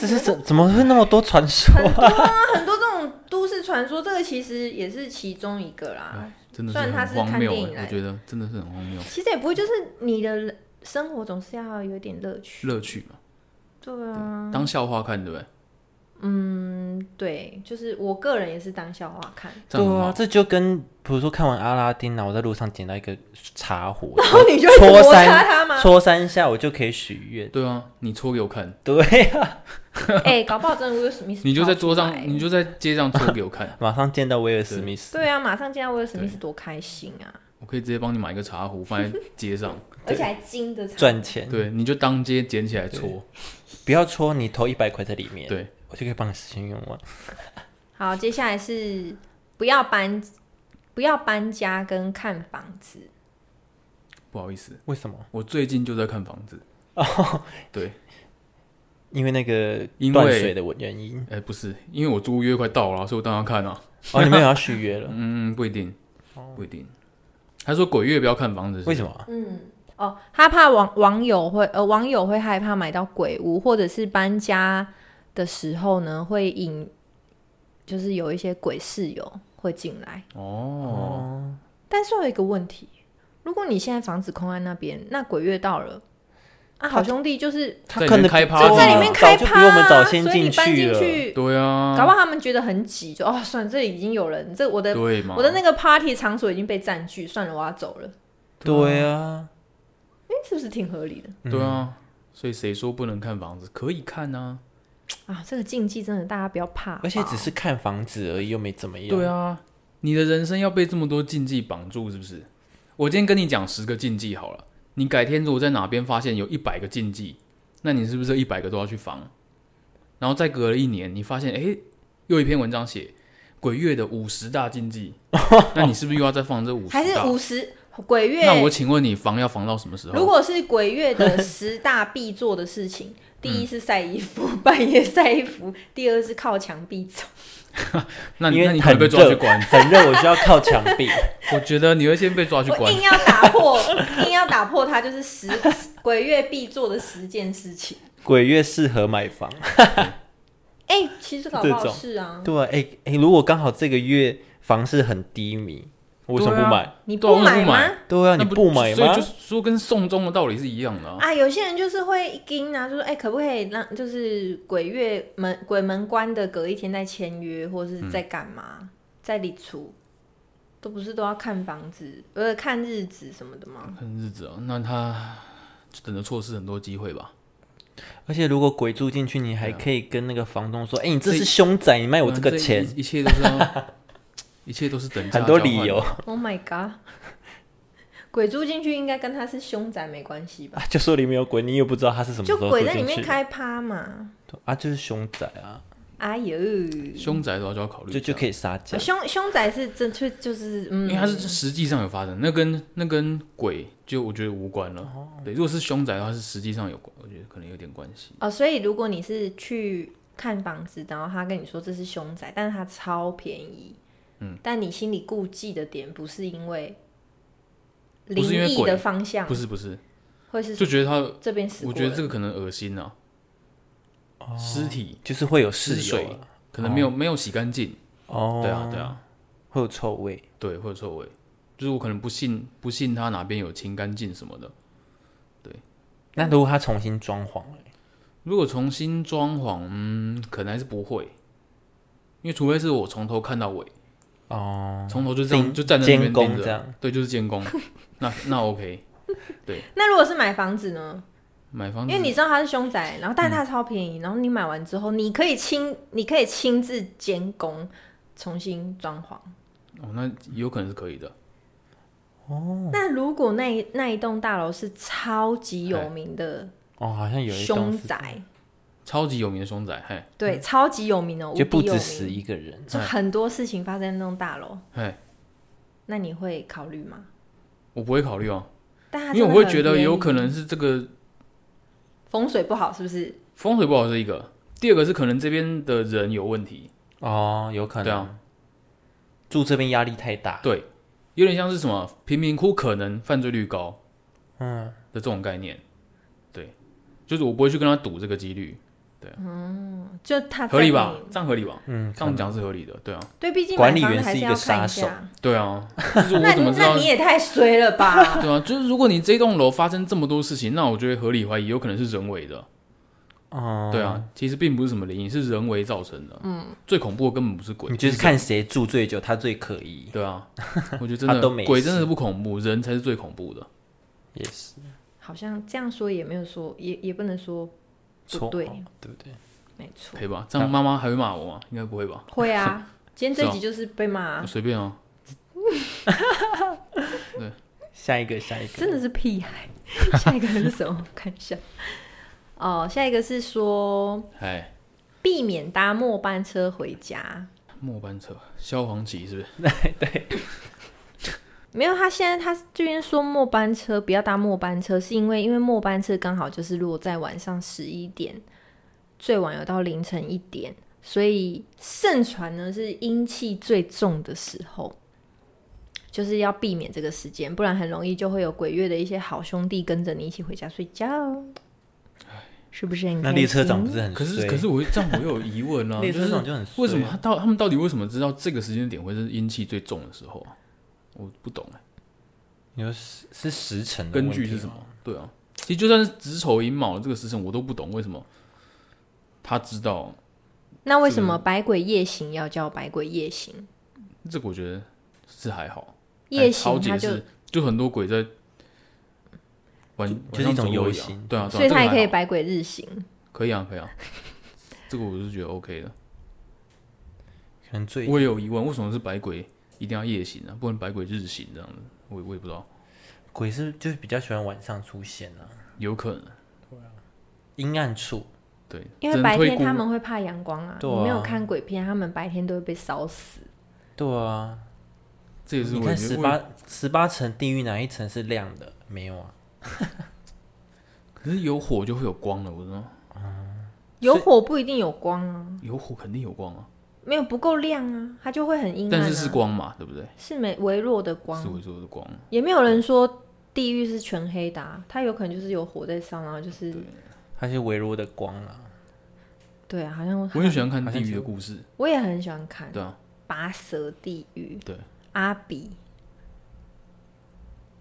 Speaker 2: 这是怎怎么会那么多传说？
Speaker 1: 很多啊，很多这种都市传说，这个其实也是其中一个啦。
Speaker 3: 真的
Speaker 1: 虽然他
Speaker 3: 很
Speaker 1: 是
Speaker 3: 荒
Speaker 1: 看
Speaker 3: 谬
Speaker 1: 电影
Speaker 3: 欸，
Speaker 1: 来
Speaker 3: 我
Speaker 1: 的
Speaker 3: 觉得真的是很荒谬，
Speaker 1: 其实也不会，就是你的人生活总是要有点乐趣。
Speaker 3: 乐趣嘛，
Speaker 1: 对啊，
Speaker 3: 当笑话看对不对？
Speaker 1: 嗯，对，就是我个人也是当笑话看。
Speaker 3: 这
Speaker 2: 对
Speaker 3: 样很
Speaker 2: 啊，
Speaker 3: 好。
Speaker 2: 这就跟比如说看完阿拉丁，啊然后我在路上捡到一个 茶壶，
Speaker 1: 然
Speaker 3: 哦
Speaker 1: 后你就会
Speaker 2: 搓
Speaker 1: 摩
Speaker 2: 三
Speaker 1: 擦它吗？
Speaker 2: 戳三下我就可以许愿。
Speaker 3: 对啊，你搓给我看，
Speaker 2: 对啊，
Speaker 1: 哎、搞不好真的威尔史密斯
Speaker 3: 你就在
Speaker 1: 跳
Speaker 3: 桌
Speaker 1: 出
Speaker 3: 上，
Speaker 1: 来
Speaker 3: 你就在街上搓给我看，
Speaker 2: 马上见到威尔史密斯，
Speaker 1: 对啊，马上见到威尔史密斯多开心啊！
Speaker 3: 我可以直接帮你买一个茶壶放 在街上，
Speaker 1: 而且还金的
Speaker 2: 赚钱。
Speaker 3: 对，你就当街捡起来搓，
Speaker 2: 不要戳，你投一百块在里面，
Speaker 3: 对，
Speaker 2: 我就可以帮你实现愿望。
Speaker 1: 好，接下来是不要搬，不要搬家跟看房子。
Speaker 3: 不好意思，
Speaker 2: 为什么？
Speaker 3: 我最近就在看房子。
Speaker 2: 因为那个
Speaker 3: 因为
Speaker 2: 断水的原因。
Speaker 3: 哎、不是，因为我租约快到了，所以我当然要看啊。
Speaker 2: 哦，你们有要续约 了？
Speaker 3: 嗯，不一定，
Speaker 1: 哦
Speaker 3: 不一定。他说鬼月不要看房子，
Speaker 2: 为
Speaker 3: 是
Speaker 2: 什么？
Speaker 1: 嗯，哦，他怕网网友会呃网友会害怕买到鬼屋，或者是搬家的时候呢会引，就是有一些鬼室友会进来。
Speaker 3: 哦，
Speaker 1: 但是我有一个问题，如果你现在房子空在那边，那鬼月到了，啊，好兄弟就是
Speaker 2: 他
Speaker 3: 在里
Speaker 2: 可
Speaker 3: 面
Speaker 2: 能
Speaker 3: 开趴
Speaker 2: 早
Speaker 3: 就
Speaker 1: 就
Speaker 3: 哦
Speaker 1: 在里面开
Speaker 2: 早
Speaker 1: 趴、啊，
Speaker 2: 就比我们早先
Speaker 1: 所以你搬
Speaker 2: 去
Speaker 1: 进
Speaker 2: 了。
Speaker 1: 去，
Speaker 3: 对啊，
Speaker 1: 搞不好他们觉得很挤，就哦，算了，这里已经有人，这我的
Speaker 3: 对嘛，
Speaker 1: 我的那个 party 场所已经被占据，算了，我要走了。
Speaker 2: 对啊，
Speaker 1: 哎，是不是挺合理的
Speaker 3: 对
Speaker 1: 嗯
Speaker 3: 啊，所以谁说不能看房子？可以看啊，
Speaker 1: 啊？这个禁忌真的大家不要怕，
Speaker 2: 而且只是看房子而已，又没怎么样。
Speaker 3: 对，啊，你的人生要被这么多禁忌绑住，是不是？我今天跟你讲十个禁忌好了，你改天如果在哪边发现有一百个禁忌，那你是不是这一百个都要去防？然后再隔了一年，你发现哎、诶又一篇文章写鬼月的五十大禁忌， 那你是不是又要再放这五十
Speaker 1: 还是
Speaker 3: 大？
Speaker 1: 五十鬼月。
Speaker 3: 那我哦请问你防要防到什么时
Speaker 1: 如
Speaker 3: 候？
Speaker 1: 果是鬼月的十大必做的事情，第一是晒衣服， 半夜晒衣服；第二是靠墙壁走。
Speaker 3: 那你
Speaker 2: 因
Speaker 3: 那你
Speaker 2: 为
Speaker 3: 可
Speaker 2: 很
Speaker 3: 能被抓去
Speaker 2: 热，
Speaker 3: 关。
Speaker 2: 很热，我需要靠墙壁。
Speaker 3: 我觉得你会先被抓去
Speaker 1: 我
Speaker 3: 关
Speaker 1: 硬。要打破，硬要打破它，就是十 鬼月必做的十件事情。
Speaker 2: 鬼月适合买房。
Speaker 1: 哎、其实搞不好
Speaker 2: 这种
Speaker 1: 是啊，
Speaker 2: 对啊，哎、哎、如果刚好这个月房市很低迷，我为什么不买？
Speaker 1: 你
Speaker 3: 对啊
Speaker 1: 不
Speaker 3: 为什么
Speaker 1: 买
Speaker 3: 不买
Speaker 1: 吗？
Speaker 2: 对啊，
Speaker 3: 那
Speaker 2: 你不买
Speaker 3: 所以
Speaker 2: 吗
Speaker 3: 就？说跟送终的道理是一样的啊。
Speaker 1: 啊，有些人就是会一盯啊，就说哎、可不可以让就是鬼月门鬼门关的隔一天再签约，或
Speaker 2: 嗯
Speaker 1: 是在干嘛，在理出，都不是都要看房子，呃，看日子什么的吗？
Speaker 3: 看日子啊，那他就等着错失很多机会吧。
Speaker 2: 而且如果鬼住进去，你还
Speaker 3: 啊
Speaker 2: 可以跟那个房东说：“哎、你这是凶宅，你卖哎我这个钱
Speaker 3: 不。然一一切都是要， 一切都是等价
Speaker 2: 很多
Speaker 3: 交换
Speaker 2: 理由
Speaker 3: 的。
Speaker 1: Oh my god！鬼住进去应该跟他是凶宅没关系吧？
Speaker 2: 啊”就说里面有鬼，你又不知道他是什么时
Speaker 1: 就
Speaker 2: 候住
Speaker 1: 鬼在里
Speaker 2: 进去
Speaker 1: 面开趴嘛。
Speaker 2: 的啊，就是凶宅啊，
Speaker 1: 哎呦，
Speaker 3: 凶宅的话就要考虑一
Speaker 2: 就
Speaker 3: 下，
Speaker 2: 就可以杀价。
Speaker 3: 啊
Speaker 1: 凶凶宅是真确就是
Speaker 3: 因
Speaker 1: 嗯
Speaker 3: 为，它是实际上有发生，那跟那跟鬼就我觉得无关了。
Speaker 2: 哦
Speaker 3: 对，如果是凶宅的话，是实际上有关，我觉得可能有点关系。
Speaker 1: 哦，所以如果你是去看房子，然后他跟你说这是凶宅，但是它超便宜，嗯，但你心里顾忌的点不是因为
Speaker 3: 不是
Speaker 1: 灵
Speaker 3: 因为
Speaker 1: 异
Speaker 3: 鬼
Speaker 1: 的方向
Speaker 3: 不，是不是，
Speaker 1: 会是
Speaker 3: 就觉得他，
Speaker 1: 这边死
Speaker 3: 我
Speaker 1: 过
Speaker 3: 觉得这
Speaker 1: 人，
Speaker 3: 个可能恶心啊，
Speaker 2: 哦
Speaker 3: 尸体
Speaker 2: 就是会有室
Speaker 3: 是水
Speaker 2: 友啊、
Speaker 3: 可能没有没有洗干净。
Speaker 2: 哦，
Speaker 3: 对啊对啊，
Speaker 2: 会有臭味。
Speaker 3: 对，会有臭味。就是我可能不信不信他哪边有清干净什么的。
Speaker 2: 那如果他重新装潢、欸，
Speaker 3: 如果重新装潢，嗯，可能还是不会，因为除非是我从头看到尾，哦，从头就这样
Speaker 2: 盯
Speaker 3: 就站在那
Speaker 2: 监
Speaker 3: 边
Speaker 2: 工
Speaker 3: 盯着，
Speaker 2: 这样
Speaker 3: 对，就是 监工，那那 OK。
Speaker 1: 那如果是买房子呢？
Speaker 3: 买房
Speaker 1: 因
Speaker 3: 子，嗯
Speaker 1: 为你知道它是凶宅，然后但是它超便宜，然后你买完之后，你可以亲，你可以亲自监工，重新装潢。
Speaker 3: 哦，那有可能是可以的，哦
Speaker 1: 那如果那一那一栋大楼是超级
Speaker 3: 哎
Speaker 1: 有名的
Speaker 2: 哦，好像有一栋
Speaker 1: 凶
Speaker 2: 是
Speaker 1: 宅，
Speaker 3: 超级有名的凶宅，嘿，
Speaker 1: 对，超级有名哦，无
Speaker 2: 就不
Speaker 1: 敌有
Speaker 2: 止
Speaker 1: 名
Speaker 2: 死一个
Speaker 3: 哎
Speaker 2: 人，
Speaker 1: 就很多事情发生在那栋大楼，
Speaker 3: 嘿，
Speaker 1: 那你会考虑吗？
Speaker 3: 我不会考虑哦，
Speaker 1: 但它
Speaker 3: 因为我会觉得有可
Speaker 1: 能
Speaker 3: 能是这个
Speaker 1: 风水不好，是不是？
Speaker 3: 风水不好是一个，第二个是可能这边的人有问题，
Speaker 2: 哦，有可能。
Speaker 3: 对啊，
Speaker 2: 住这边压力太大。
Speaker 3: 对，有点像是什么贫民窟可能犯罪率高，嗯的这种概念，对，就是我不会去跟他赌这个几率。
Speaker 1: 就它在
Speaker 3: 合理吧
Speaker 1: 你？
Speaker 3: 这样合理吧？
Speaker 2: 嗯，
Speaker 3: 这样讲是合理的，对啊，
Speaker 1: 对，毕竟
Speaker 2: 管理
Speaker 1: 买房
Speaker 2: 员
Speaker 1: 子还
Speaker 2: 是一
Speaker 1: 要
Speaker 2: 个
Speaker 1: 看
Speaker 2: 杀
Speaker 1: 下
Speaker 2: 手。
Speaker 3: 对啊，就是我
Speaker 1: 那
Speaker 3: 怎么知
Speaker 1: 那
Speaker 3: 道
Speaker 1: 你？也太衰了吧？
Speaker 3: 对啊，就是如果你这栋楼发生这么多事情，那我就会合理怀疑有可能是人为的。
Speaker 2: 哦，
Speaker 3: 对，啊，其实并不是什么灵异，是人为造成的。嗯，最恐怖的根本不是鬼，
Speaker 2: 你就是看谁住最久，他最可疑。
Speaker 3: 对啊，我觉得真
Speaker 2: 他
Speaker 3: 的
Speaker 2: 都没
Speaker 3: 鬼
Speaker 2: 事
Speaker 3: 真的不恐怖，人才是最恐怖的。
Speaker 2: 也是
Speaker 1: 好像这样说也没有说，也也不能说不
Speaker 2: 错，
Speaker 1: 对，
Speaker 3: 哦
Speaker 2: 对不对？
Speaker 1: 没错。
Speaker 3: 赔吧，这样妈妈还会骂我吗？应该不会吧，
Speaker 1: 会啊， 今天
Speaker 3: 是
Speaker 1: 这
Speaker 3: 哦
Speaker 1: 集就是被骂啊、
Speaker 3: 我随便啊。
Speaker 2: 下一个，下一个，
Speaker 1: 真的是屁孩。下一个是什么？我看一下。哦，下一个是说
Speaker 3: 哎，
Speaker 1: 避免搭末班车回家。
Speaker 3: 末班车，消防旗是不是？
Speaker 1: 没有，他现在他这边说末班车不要搭末班车，是因为因为末班车刚好就是落在晚上十一点，最晚有到凌晨一点，所以盛传呢是阴气最重的时候，就是要避免这个时间，不然很容易就会有鬼月的一些好兄弟跟着你一起回家睡觉，是不是很开心？
Speaker 2: 那列车长不是很
Speaker 3: 可是
Speaker 2: 衰
Speaker 3: 可是我这样我又有疑 问啊，
Speaker 2: 列
Speaker 3: 就啊
Speaker 2: 车
Speaker 3: 是
Speaker 2: 长就很衰
Speaker 3: 为什么他到他们到底为什么知道这个时间点会是阴气最重的时候啊？我不懂哎、
Speaker 2: 你说是是时辰的
Speaker 3: 根
Speaker 2: 问
Speaker 3: 据
Speaker 2: 题
Speaker 3: 是什么
Speaker 2: 吗？？
Speaker 3: 对啊，其实就算是子丑寅卯这个时辰，我都不懂为什么他知道
Speaker 1: 那为什么百鬼夜行要叫百鬼夜行？
Speaker 3: 这个，我觉得是还好。
Speaker 1: 夜
Speaker 3: 好
Speaker 1: 行它
Speaker 3: 解
Speaker 1: 就，
Speaker 3: 释，就很多鬼在晚，
Speaker 2: 就
Speaker 3: 晚
Speaker 2: 是一
Speaker 3: 上
Speaker 2: 种
Speaker 3: 走
Speaker 2: 游
Speaker 3: 路而已啊
Speaker 2: 行
Speaker 3: 对啊，对啊
Speaker 1: 所以
Speaker 3: 这个
Speaker 1: 它也
Speaker 3: 还
Speaker 1: 可以
Speaker 3: 好
Speaker 1: 百鬼日行。
Speaker 3: 可以啊，可以啊，这个我是觉得 OK 的。
Speaker 2: 可能最
Speaker 3: 我也有疑问，为什么是百鬼一定要夜行啊？不能百鬼日行这样子？我也我也不知道，
Speaker 2: 鬼是就是比较喜欢晚上出现啊，
Speaker 3: 有可能
Speaker 2: 阴暗处。
Speaker 3: 对，
Speaker 1: 因
Speaker 3: 只
Speaker 1: 为
Speaker 3: 能
Speaker 1: 白
Speaker 3: 推
Speaker 1: 天
Speaker 3: 估
Speaker 1: 他们会怕阳光啊，
Speaker 2: 对啊
Speaker 1: 你没有看鬼片，他们白天都会被烧死。
Speaker 2: 对啊，
Speaker 3: 这也是
Speaker 2: 你
Speaker 3: 我
Speaker 2: 看
Speaker 3: 觉
Speaker 2: 十
Speaker 3: 得我
Speaker 2: 八十八层地狱哪一层是亮的？没有啊，
Speaker 3: 可是有火就会有光了，我说
Speaker 1: 有火不一定有光啊，
Speaker 3: 有火肯定有光啊，
Speaker 1: 没有不够亮啊，它就会很阴暗、
Speaker 3: 但
Speaker 1: 啊。
Speaker 3: 是是光嘛，对不对？
Speaker 1: 是没微弱的
Speaker 3: 是
Speaker 1: 光，
Speaker 3: 我说的光，
Speaker 1: 也没有人说地狱是全黑的、啊，它有可能就是有火在烧，然后就是
Speaker 2: 它是微弱的光啊。
Speaker 1: 对啊，好像我
Speaker 3: 我很喜欢看地狱的故事，
Speaker 1: 我也很喜欢看
Speaker 3: 对啊，
Speaker 1: 拔舌地狱，
Speaker 3: 对，
Speaker 1: 阿比。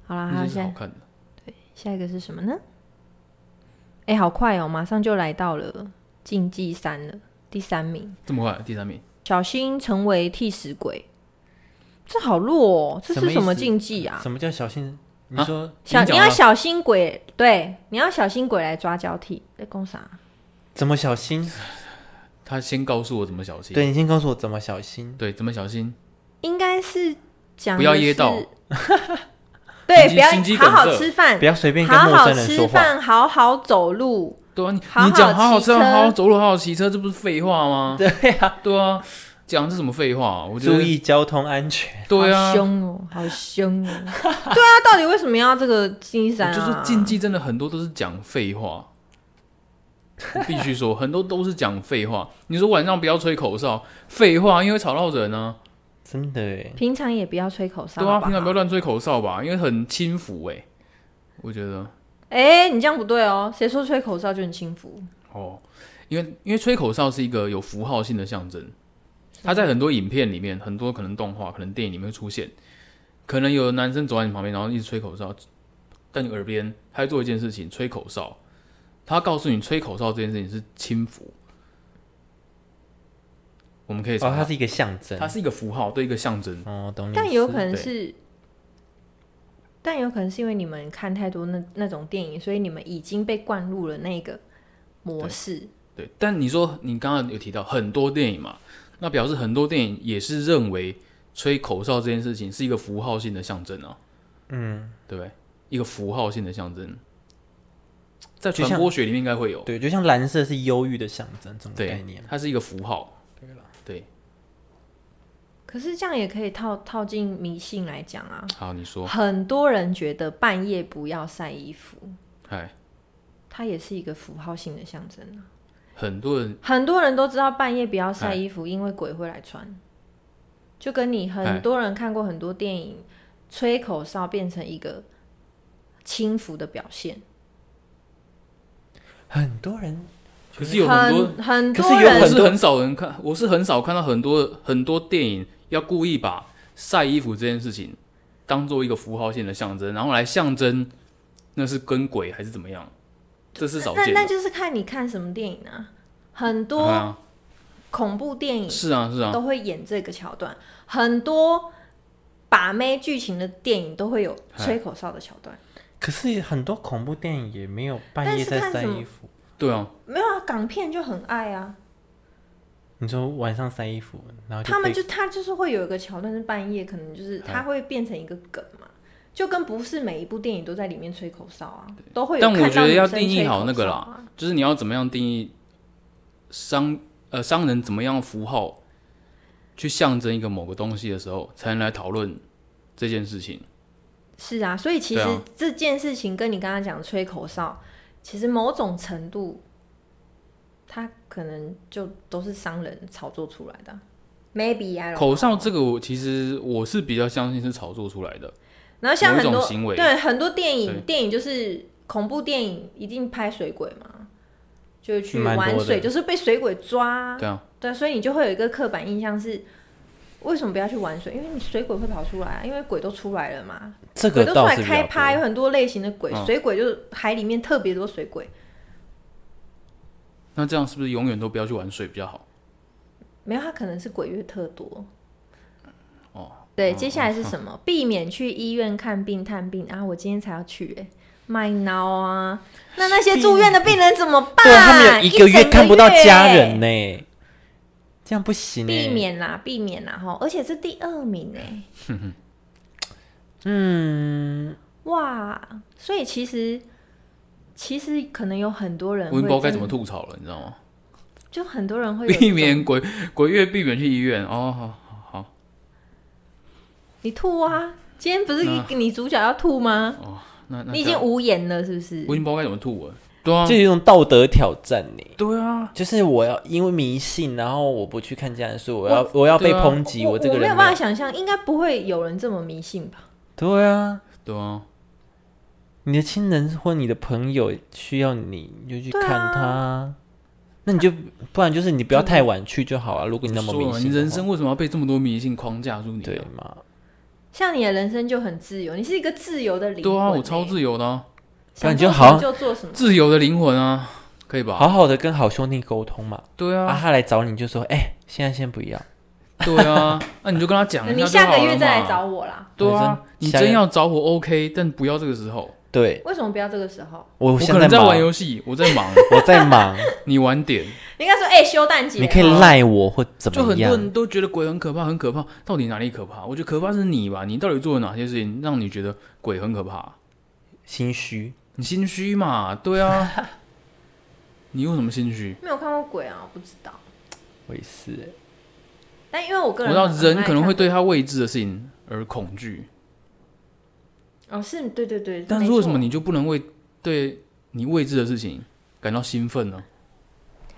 Speaker 1: 好啦，还
Speaker 3: 那
Speaker 1: 有
Speaker 3: 些是
Speaker 1: 下
Speaker 3: 好看的。
Speaker 1: 下一个是什么呢？哎、好快哦，马上就来到了竞技三了，第三名。
Speaker 3: 这么快，第三名，
Speaker 1: 小心成为替死鬼，这好弱哦！这是什么禁忌啊？
Speaker 2: 什么叫小心？你
Speaker 3: 啊
Speaker 2: 说
Speaker 1: 小
Speaker 3: 已经
Speaker 1: 你
Speaker 3: 讲
Speaker 1: 要
Speaker 3: 了
Speaker 1: 小心鬼，对，你要小心鬼来抓交替。在攻啥？
Speaker 2: 怎么小心？
Speaker 3: 他先告诉我怎么小心，
Speaker 2: 对，你先告诉我怎么小心。
Speaker 3: 对，怎么小心，
Speaker 1: 应该是讲
Speaker 3: 不要噎到，
Speaker 1: 对，
Speaker 3: 心
Speaker 1: 不
Speaker 3: 肌心肌
Speaker 1: 要
Speaker 3: 梗
Speaker 1: 好
Speaker 3: 塞
Speaker 1: 好吃饭
Speaker 2: 不，要随便
Speaker 1: 嗯
Speaker 2: 跟
Speaker 1: 好
Speaker 2: 陌
Speaker 1: 好
Speaker 2: 生人
Speaker 1: 吃
Speaker 2: 说话。
Speaker 1: 饭，好好走路。
Speaker 3: 对啊，你
Speaker 1: 好好
Speaker 3: 你讲好好
Speaker 1: 骑
Speaker 3: 吃饭，
Speaker 1: 车
Speaker 3: 好好走路，好好骑车，这不是废话吗？对啊，对啊，讲这什么废话啊？我觉
Speaker 2: 注
Speaker 3: 得，
Speaker 2: 意交通安全，
Speaker 3: 对啊
Speaker 1: 好，凶哦，好凶哦！ 对啊，到底为什么要这个禁忌三
Speaker 3: 我就
Speaker 1: 啊？
Speaker 3: 说禁忌真的很多都是讲废话， 我必须说很多都是讲废话。你说晚上不要吹口哨，废话，因为吵到人啊。
Speaker 2: 真的耶
Speaker 1: 平常也不要吹口哨，
Speaker 3: 对啊，
Speaker 1: 好不好
Speaker 3: 平常不要乱吹口哨吧，因为很轻浮哎、我觉得
Speaker 1: 哎，你这样不对哦，谁说吹口哨就很轻浮？
Speaker 3: 哦，因为因为吹口哨是一个有符号性的象征，它在很多影片里面，很多可能动画、可能电影里面会出现，可能有男生走在你旁边，然后一直吹口哨，在你耳边，他在做一件事情，吹口哨，他告诉你吹口哨这件事情是轻浮，我们可以查
Speaker 2: 哦，它
Speaker 3: 它，
Speaker 2: 是一个象征
Speaker 3: 它。是一个符号，对一个象征，
Speaker 2: 哦，懂你意思。
Speaker 1: 但有可能
Speaker 3: 嗯对
Speaker 1: 是，但有可能是因为你们看太多那那种电影，所以你们已经被灌入了那个模式。
Speaker 3: 对，但你说你刚刚有提到很多电影嘛，那表示很多电影也是认为吹口哨这件事情是一个符号性的象征啊，嗯，对不对？一个符号性的象征，在
Speaker 2: 就
Speaker 3: 传
Speaker 2: 像
Speaker 3: 播学里面应该会有，
Speaker 2: 对，就像蓝色是忧郁的象征，这种概
Speaker 3: 对
Speaker 2: 念，。
Speaker 3: 它是一个符号，对，
Speaker 1: 可是这样也可以套套进迷信来讲啊。
Speaker 3: 好，你说，
Speaker 1: 很多人觉得半夜不要晒衣服，
Speaker 3: 哎，
Speaker 1: 它也是一个符号性的象征啊。
Speaker 3: 很多人
Speaker 1: 很多人都知道半夜不要晒
Speaker 3: 哎
Speaker 1: 衣服，因为鬼会来穿。就跟你
Speaker 3: 哎
Speaker 1: 很多人看过很多电影，吹口哨变成一个轻浮的表现。
Speaker 2: 很多人
Speaker 3: 可是有很多，
Speaker 1: 很很
Speaker 2: 可
Speaker 1: 多
Speaker 2: 是有
Speaker 3: 我
Speaker 1: 人
Speaker 2: 很
Speaker 3: 是
Speaker 2: 多
Speaker 3: 很少人看，我是很少看到很多很多电影要故意把晒衣服这件事情当做一个符号性的象征，然后来象征那是跟鬼还是怎么样。这是少
Speaker 1: 那
Speaker 3: 见
Speaker 1: 那
Speaker 3: 的。
Speaker 1: 就是看你看什么电影啊，很
Speaker 3: 对
Speaker 1: 多
Speaker 3: 啊，
Speaker 1: 恐怖电影
Speaker 3: 是啊，是啊，
Speaker 1: 都会演这个桥段，很多把妹剧情的电影都会有吹口哨的桥段。
Speaker 2: 可是很多恐怖电影也没有半夜在
Speaker 1: 但是看
Speaker 2: 晒
Speaker 1: 什么
Speaker 2: 衣服，
Speaker 3: 对啊，
Speaker 1: 没有啊，港片就很爱啊，
Speaker 2: 你说晚上晒衣服，然后
Speaker 3: 啊
Speaker 2: 就
Speaker 1: 他们
Speaker 2: 被
Speaker 1: 就他就是会有一个桥段是半夜，可能就是
Speaker 3: 哎
Speaker 1: 他会变成一个梗嘛，就跟不是每一部电影都在里面吹口哨啊，都会有
Speaker 3: 但
Speaker 1: 看到
Speaker 3: 我觉得要
Speaker 1: 女生
Speaker 3: 定义
Speaker 1: 吹口
Speaker 3: 好那个
Speaker 1: 哨
Speaker 3: 啦
Speaker 1: 啊，
Speaker 3: 就是你要怎么样定义商呃商人怎么样符号去象征一个某个东西的时候，才能来讨论这件事情。
Speaker 1: 是啊，所以其实
Speaker 3: 对啊
Speaker 1: 这件事情跟你刚刚讲吹口哨，其实某种程度，它可能就都是商人炒作出来的啊，maybe I don't know
Speaker 3: 口哨这个，我其实我是比较相信是炒作出来的。
Speaker 1: 然后像很
Speaker 3: 某一
Speaker 1: 多
Speaker 3: 种行为
Speaker 1: 对很多电
Speaker 3: 对
Speaker 1: 影，电影就是恐怖电影，一定拍水鬼嘛，就是去
Speaker 2: 蛮多
Speaker 1: 玩
Speaker 2: 的
Speaker 1: 水，就是被水鬼抓啊，
Speaker 3: 对啊，
Speaker 1: 对，所以你就会有一个刻板印象是。为什么不要去玩水？因为你水鬼会跑出来啊，因为鬼都出来了嘛。
Speaker 2: 这
Speaker 1: 鬼
Speaker 2: 个
Speaker 1: 都出
Speaker 2: 倒
Speaker 1: 来
Speaker 2: 是比较
Speaker 1: 开趴，有
Speaker 2: 多
Speaker 1: 很多类型的鬼，
Speaker 3: 嗯
Speaker 1: 水鬼就是海里面特别多水鬼，
Speaker 3: 那这样是不是永远都不要去玩水比较好？
Speaker 1: 没有它可能是鬼月特多。
Speaker 3: 哦，
Speaker 2: 嗯
Speaker 1: 对，接下来是什么？避免去医院看病探病啊！我今天才要去、欸，卖脑啊！那那些住院的病人怎么办？
Speaker 2: 对啊，他们有一个
Speaker 1: 整
Speaker 2: 月看不到家人
Speaker 1: 呢、
Speaker 2: 呢、这样不行呢、
Speaker 1: 避免啦，避免啦哈！而且是第二名呢、欸。 嗯，哇！所以其实其实可能有很多人
Speaker 3: 我已经不知道
Speaker 1: 会
Speaker 3: 该怎么
Speaker 1: 真的，
Speaker 3: 吐槽了，你知道吗？
Speaker 1: 就很多人会有这种
Speaker 3: 避免鬼鬼月，避免去医院。哦，好好好。
Speaker 1: 你吐啊！今天不是
Speaker 3: 嗯
Speaker 1: 你主角要吐吗？
Speaker 3: 那那
Speaker 1: 你已
Speaker 3: 这
Speaker 1: 经
Speaker 3: 样
Speaker 1: 无言了，是不是
Speaker 3: 我已？经不知道该怎么吐了。对啊
Speaker 2: 这，是一种道德挑战呢、
Speaker 3: 对啊，
Speaker 2: 就是我要因为迷信，然后我不去看家人，所以我要我要被
Speaker 3: 对啊
Speaker 2: 抨击，
Speaker 1: 我
Speaker 2: 这个
Speaker 1: 没
Speaker 2: 人
Speaker 1: 有办法想象，应该不会有人这么迷信吧？
Speaker 2: 对啊，
Speaker 3: 对啊，
Speaker 2: 你的亲人或你的朋友需要你，你就去
Speaker 1: 对啊
Speaker 2: 看他啊。那你就不然就是你不要太晚去就好啊。如果你那么
Speaker 3: 说
Speaker 2: 迷
Speaker 3: 了，你
Speaker 2: 信，
Speaker 3: 人生。为什么要被这么多迷信框架住你啊？
Speaker 2: 对嘛？
Speaker 1: 像你的人生就很自由，你是一个自由的灵魂、
Speaker 3: 对
Speaker 1: 欸。
Speaker 3: 啊，我超自由的、啊，
Speaker 1: 想
Speaker 2: 感觉
Speaker 1: 做什
Speaker 2: 好
Speaker 1: 么
Speaker 2: 像
Speaker 1: 就做什么。
Speaker 3: 自由的灵魂啊，可以吧？
Speaker 2: 好好的跟好兄弟沟通嘛。
Speaker 3: 对
Speaker 2: 啊，
Speaker 3: 啊，
Speaker 2: 他来找你就说，哎、现在先不要。
Speaker 3: 对啊，那你就跟他讲一
Speaker 1: 你
Speaker 3: 下
Speaker 1: 下
Speaker 3: 就好
Speaker 1: 个
Speaker 3: 了
Speaker 1: 月再来
Speaker 3: 嘛
Speaker 1: 找。我啦。
Speaker 3: 对啊，
Speaker 2: 你
Speaker 3: 你
Speaker 2: 真
Speaker 3: 真要找我 OK，但不要这个时候。
Speaker 2: 对
Speaker 1: 为什么不要这个时候？
Speaker 2: 我
Speaker 3: 我
Speaker 2: 现
Speaker 3: 可能在
Speaker 2: 忙
Speaker 3: 玩，游戏，我在 忙，
Speaker 2: 我在 忙，
Speaker 3: 你晚点。
Speaker 1: 你应该说，哎、休蛋姐，
Speaker 2: 你可以赖我或怎
Speaker 3: 哦就
Speaker 2: 么
Speaker 3: 很多
Speaker 2: 样？
Speaker 3: 人都觉得鬼很可怕，很可怕，到底哪里可怕？我觉得可怕是你吧，你到底做了哪些事情让你觉得鬼很可怕？
Speaker 2: 心虚，
Speaker 3: 你心虚嘛？对 啊，你为什么心虚？
Speaker 1: 没有看过鬼啊，我不知道。
Speaker 2: 我也是、欸
Speaker 1: 但因为我个
Speaker 3: 我
Speaker 1: 人
Speaker 3: 知道
Speaker 1: 很爱
Speaker 3: 人可能会
Speaker 1: 看
Speaker 3: 对他未知的事情而恐惧，
Speaker 1: 哦，是对对对，
Speaker 3: 但是为什么
Speaker 1: 没错
Speaker 3: 你就不能为对你未知的事情感到兴奋呢？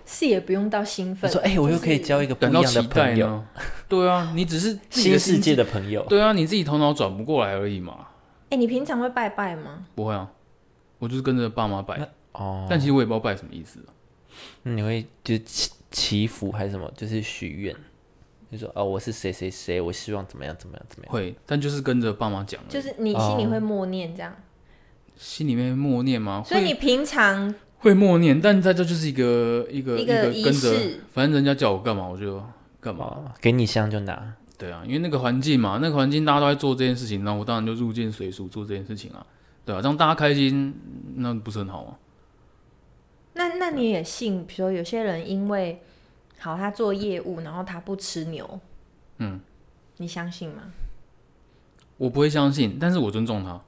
Speaker 1: 是也不用到兴
Speaker 2: 我
Speaker 1: 奋？
Speaker 2: 说，哎、我又可以
Speaker 1: 就是
Speaker 2: 交一个不
Speaker 3: 感
Speaker 2: 一
Speaker 3: 到
Speaker 2: 样
Speaker 3: 期
Speaker 2: 的
Speaker 3: 待
Speaker 2: 朋友，
Speaker 3: 呢？对啊，你只是自己
Speaker 2: 新
Speaker 3: 的
Speaker 2: 世
Speaker 3: 心
Speaker 2: 界的朋友。
Speaker 3: 对啊，你自己头脑转不过来而已嘛。
Speaker 1: 哎、你平常会拜拜吗？
Speaker 3: 不会啊，我就是跟着爸妈拜，
Speaker 2: 哦，
Speaker 3: 但其实我也不知道拜什么意思啊。
Speaker 2: 嗯那你会就是祈祈福还是什么？就是许愿，就说哦，我是谁谁谁，我希望怎么样怎么样怎么样。
Speaker 3: 会，但就是跟着爸妈讲而已，
Speaker 1: 就是你心
Speaker 3: 哦
Speaker 1: 里会默念这样，
Speaker 3: 心里面默念吗？
Speaker 1: 所以
Speaker 3: 会
Speaker 1: 你平常
Speaker 3: 会默念，但在这就是一个一个
Speaker 1: 一个仪
Speaker 3: 跟着
Speaker 1: 式，
Speaker 3: 反正人家叫我干嘛我就干嘛。
Speaker 2: 哦，给你香就拿，
Speaker 3: 对啊，因为那个环境嘛，那个环境大家都在做这件事情，那我当然就入境随俗做这件事情啊。对啊，让大家开心，那不是很好吗？
Speaker 1: 那那你也信？比如说有些人因为好他做业务，然后他不吃牛，
Speaker 3: 嗯，
Speaker 1: 你相信吗？
Speaker 3: 我不会相信，但是我尊重他。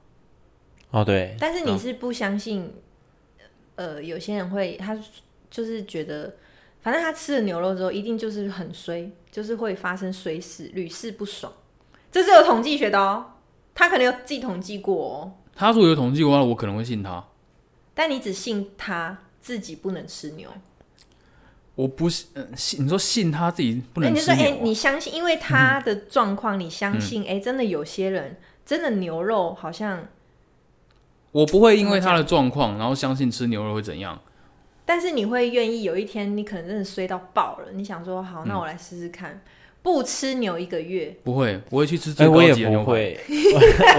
Speaker 2: 哦，对，
Speaker 1: 但是
Speaker 3: 对
Speaker 1: 你
Speaker 3: 啊
Speaker 1: 是不相信，呃，有些人会他就是觉得，反正他吃了牛肉之后，一定就是很衰，就是会发生衰事，屡试不爽。这是有统计学的哦，他可能有自己统计过哦。
Speaker 3: 他如果有统计的话，我可能会信他。
Speaker 1: 但你只信他自己不能吃牛，
Speaker 3: 我不信，呃信你说信他自己不
Speaker 1: 那
Speaker 3: 能
Speaker 1: 你就说，
Speaker 3: 吃
Speaker 1: 哎、
Speaker 3: 牛啊、嗯
Speaker 1: 你相信，因为他的状况，你相信，哎、真的有些人真的牛肉好像，
Speaker 3: 我不会因为他的状况，然后相信吃牛肉会怎样。
Speaker 1: 但是你会愿意有一天，你可能真的衰到爆了，你想说，好，
Speaker 3: 嗯
Speaker 1: 那我来试试看，不吃牛一个月，
Speaker 3: 不会，我会去吃
Speaker 2: 哎、
Speaker 3: 最高
Speaker 2: 我也
Speaker 3: 级的牛
Speaker 2: 不
Speaker 3: 排。
Speaker 2: 会，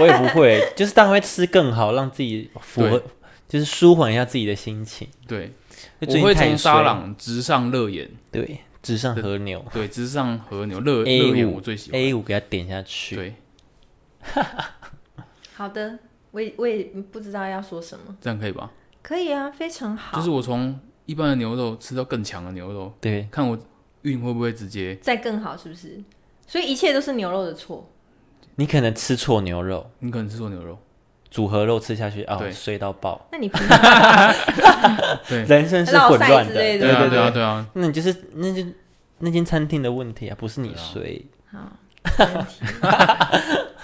Speaker 2: 我也不会，就是当然会吃更好，让自己符合，就是舒缓一下自己的心情。
Speaker 3: 对，
Speaker 2: 就最
Speaker 3: 我
Speaker 2: 近
Speaker 3: 会
Speaker 2: 太
Speaker 3: 从
Speaker 2: 衰
Speaker 3: 沙朗直上乐眼，
Speaker 2: 对直上河牛
Speaker 3: 对，直上和牛乐
Speaker 2: A
Speaker 3: 乐眼
Speaker 2: 五
Speaker 3: 我最喜欢。
Speaker 2: A 五给它点下去，
Speaker 3: 对，
Speaker 1: 好的，我也我也不知道要说什么。
Speaker 3: 这样可以吧？
Speaker 1: 可以啊，非常好。
Speaker 3: 就是我从一般的牛肉吃到更强的牛肉，
Speaker 2: 对
Speaker 3: 看我运会不会直接。
Speaker 1: 再更好是不是？所以一切都是牛肉的错。
Speaker 2: 你可能吃错牛肉，
Speaker 3: 你可能吃错牛肉，
Speaker 2: 组合肉吃下去哦，
Speaker 3: 对
Speaker 2: 衰到爆，
Speaker 1: 那你平 常
Speaker 3: 对
Speaker 2: 人生是混乱
Speaker 1: 绕赛
Speaker 2: 的，
Speaker 1: 之类
Speaker 2: 对
Speaker 1: 的
Speaker 3: 对啊，
Speaker 2: 对
Speaker 3: 对啊，对啊，
Speaker 2: 那你就是那就那间餐厅的问题啊，不是你
Speaker 3: 对啊
Speaker 2: 衰。
Speaker 1: 好，没问题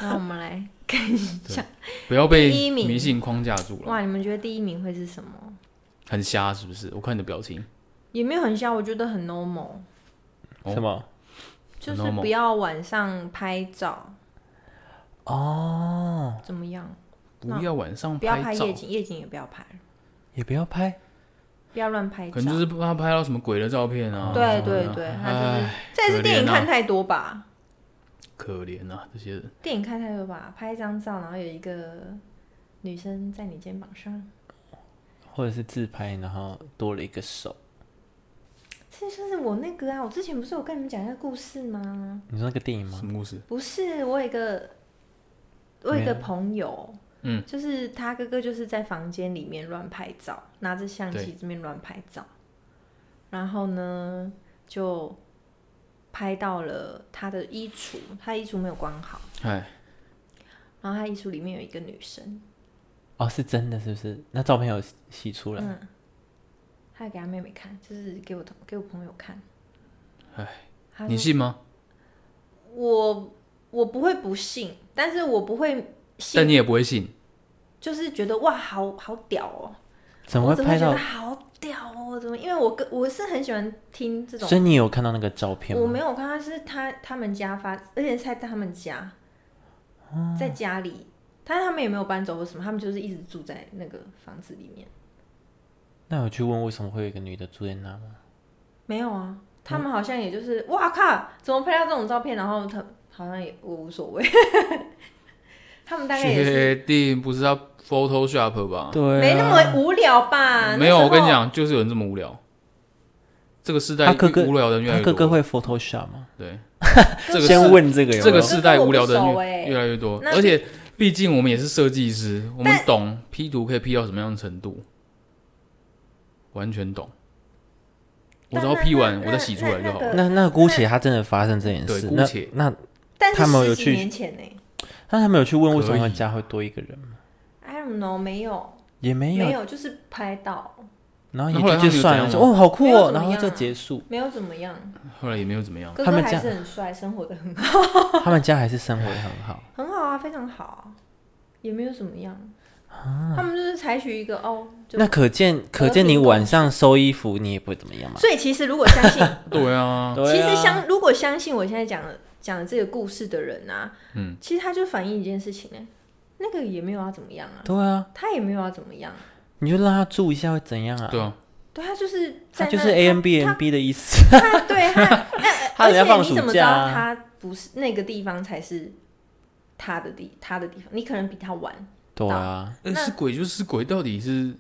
Speaker 1: 那我们来看一下，
Speaker 3: 不要
Speaker 1: 第一
Speaker 3: 被
Speaker 1: 名
Speaker 3: 迷信框架住了，
Speaker 1: 哇，你们觉得第一名会是什么？
Speaker 3: 很瞎是不是？我看你的表情，
Speaker 1: 也没有很像，我觉得很 normal，
Speaker 3: 哦
Speaker 2: 什么？
Speaker 1: 就是
Speaker 3: normal
Speaker 1: 不要晚上拍照。哦，怎么样？
Speaker 3: 不要晚上
Speaker 1: 嗯不要拍
Speaker 3: 照
Speaker 1: 夜，景，夜景也不要拍，
Speaker 2: 也不要拍，
Speaker 1: 不要乱拍照。
Speaker 3: 可能就是怕拍到什么鬼的照片啊。
Speaker 1: 对对对，他就是
Speaker 3: 哎，
Speaker 1: 这也是电影
Speaker 3: 可怜啊
Speaker 1: 看太多吧？
Speaker 3: 可怜啊，这些人。
Speaker 1: 电影看太多吧，拍一张照，然后有一个女生在你肩膀上，
Speaker 2: 或者是自拍，然后多了一个手。
Speaker 1: 这就是我那个啊，我之前不是有跟你们讲一个故事吗？
Speaker 2: 你说那个电影吗
Speaker 3: 什？么故事？
Speaker 1: 不是，我有一个我有一个朋友，
Speaker 3: 嗯，
Speaker 1: 就是他哥哥就是在房间里面乱拍照，拿着相机
Speaker 3: 对
Speaker 1: 这边乱拍照，然后呢就拍到了他的衣橱，他衣橱没有关好，
Speaker 3: 哎，
Speaker 1: 然后他衣橱里面有一个女生，
Speaker 2: 哦，是真的，是不是？那照片有洗出来？
Speaker 1: 他给他妹妹看，就是给我同给我朋友看，哎
Speaker 3: 你信吗？
Speaker 1: 我我不会不信，但是我不会
Speaker 3: 但
Speaker 1: 信，
Speaker 3: 你也不会信，
Speaker 1: 就是觉得哇，好好屌哦、
Speaker 2: 怎么
Speaker 1: 我
Speaker 2: 会
Speaker 1: 怎么会
Speaker 2: 拍
Speaker 1: 觉
Speaker 2: 到
Speaker 1: 得？好屌哦、怎么？因为我跟我是很喜欢听这种
Speaker 2: 所，以你有看到那个照片
Speaker 1: 我
Speaker 2: 吗？
Speaker 1: 没有看，他是他他们家发，而且是在他们家，
Speaker 2: 啊
Speaker 1: 在家里，但是他们也没有搬走或什么，他们就是一直住在那个房子里面。
Speaker 2: 那有去问为什么会有一个女的住在那吗？
Speaker 1: 没有啊，他们好像也就是、
Speaker 2: 嗯
Speaker 1: 哇靠，怎么拍到这种照片？然后他好像也我无所谓， 他们大概也是
Speaker 3: 确定不是要 Photoshop 吧？
Speaker 2: 对、啊，
Speaker 1: 没那么无聊吧？
Speaker 3: 没有，
Speaker 1: 啊那时候
Speaker 3: 我跟你，讲，就是有人这么无聊。这个时代
Speaker 2: 他哥哥
Speaker 3: 无聊的人越来
Speaker 2: 他
Speaker 3: 越
Speaker 2: 哥
Speaker 3: 多。
Speaker 2: 哥会 Photoshop 吗？
Speaker 3: 对，
Speaker 1: 这个
Speaker 2: 先问这个有没有
Speaker 3: 这个时代无聊的人
Speaker 1: 我不熟欸
Speaker 3: 越越来越多，
Speaker 1: 那
Speaker 3: 而且毕竟我们也是设计师，我们懂 P 图可以 P 到什么样的程度，完全懂。我只要
Speaker 1: 那
Speaker 3: P 完，
Speaker 1: 那
Speaker 3: 我再洗出来就好了。
Speaker 2: 那那姑且他真的发生这件
Speaker 3: 对
Speaker 2: 事，
Speaker 3: 姑
Speaker 2: 那
Speaker 3: 且
Speaker 2: 那
Speaker 1: 但是
Speaker 2: 他们有
Speaker 1: 十几
Speaker 2: 去
Speaker 1: 年前呢、
Speaker 2: 那他们有去问为什么
Speaker 3: 可以
Speaker 2: 他们家会多一个人吗？
Speaker 1: i don't know，没有，
Speaker 2: 也没有，
Speaker 1: 就是拍到
Speaker 2: 然后
Speaker 3: 那后来
Speaker 2: 也就
Speaker 3: 他们
Speaker 2: 就
Speaker 3: 有
Speaker 2: 算了，
Speaker 3: 怎
Speaker 2: 说
Speaker 3: 样吗
Speaker 2: 哦好酷
Speaker 1: 没有
Speaker 2: 哦，
Speaker 1: 怎么
Speaker 2: 然后
Speaker 1: 样
Speaker 2: 就
Speaker 1: 啊
Speaker 2: 结束。
Speaker 1: 没有怎么样，
Speaker 3: 后来也没有怎么样，
Speaker 1: 哥
Speaker 2: 哦他
Speaker 1: 哥
Speaker 2: 们
Speaker 1: 还
Speaker 2: 家
Speaker 1: 是很帅，生活的 很好，
Speaker 2: 他们家还是生活得很好，
Speaker 1: 很好啊，非常好啊，也没有怎么样。他们就是采取一个哦，就
Speaker 2: 啊那可见可见你晚上收衣服你也不会怎么样嘛。
Speaker 1: 所以其实如果相信，
Speaker 3: 对啊，
Speaker 1: 其
Speaker 2: 对
Speaker 1: 实
Speaker 2: 啊
Speaker 1: 相如果相信我现在讲的讲的这个故事的人啊，
Speaker 3: 嗯，
Speaker 1: 其实他就反映一件事情呢、欸那个也没有要怎么样啊，
Speaker 2: 对啊，
Speaker 1: 他也没有要怎么样啊、
Speaker 2: 你就让他住一下会怎样啊？
Speaker 3: 对啊，
Speaker 1: 对他就是
Speaker 2: 他
Speaker 1: 在
Speaker 2: 就是
Speaker 1: 那
Speaker 2: A N B N B 的 意思。
Speaker 1: 他对 他，那
Speaker 2: 他
Speaker 1: 而
Speaker 2: 人
Speaker 1: 且
Speaker 2: 家放
Speaker 1: 你
Speaker 2: 暑
Speaker 1: 怎么知
Speaker 2: 假
Speaker 1: 道
Speaker 2: 啊
Speaker 1: 他不是那个地方才是他的地他的地方？你可能比他晚，
Speaker 2: 对啊，
Speaker 3: 呃
Speaker 1: 那
Speaker 3: 是鬼就是鬼，到底是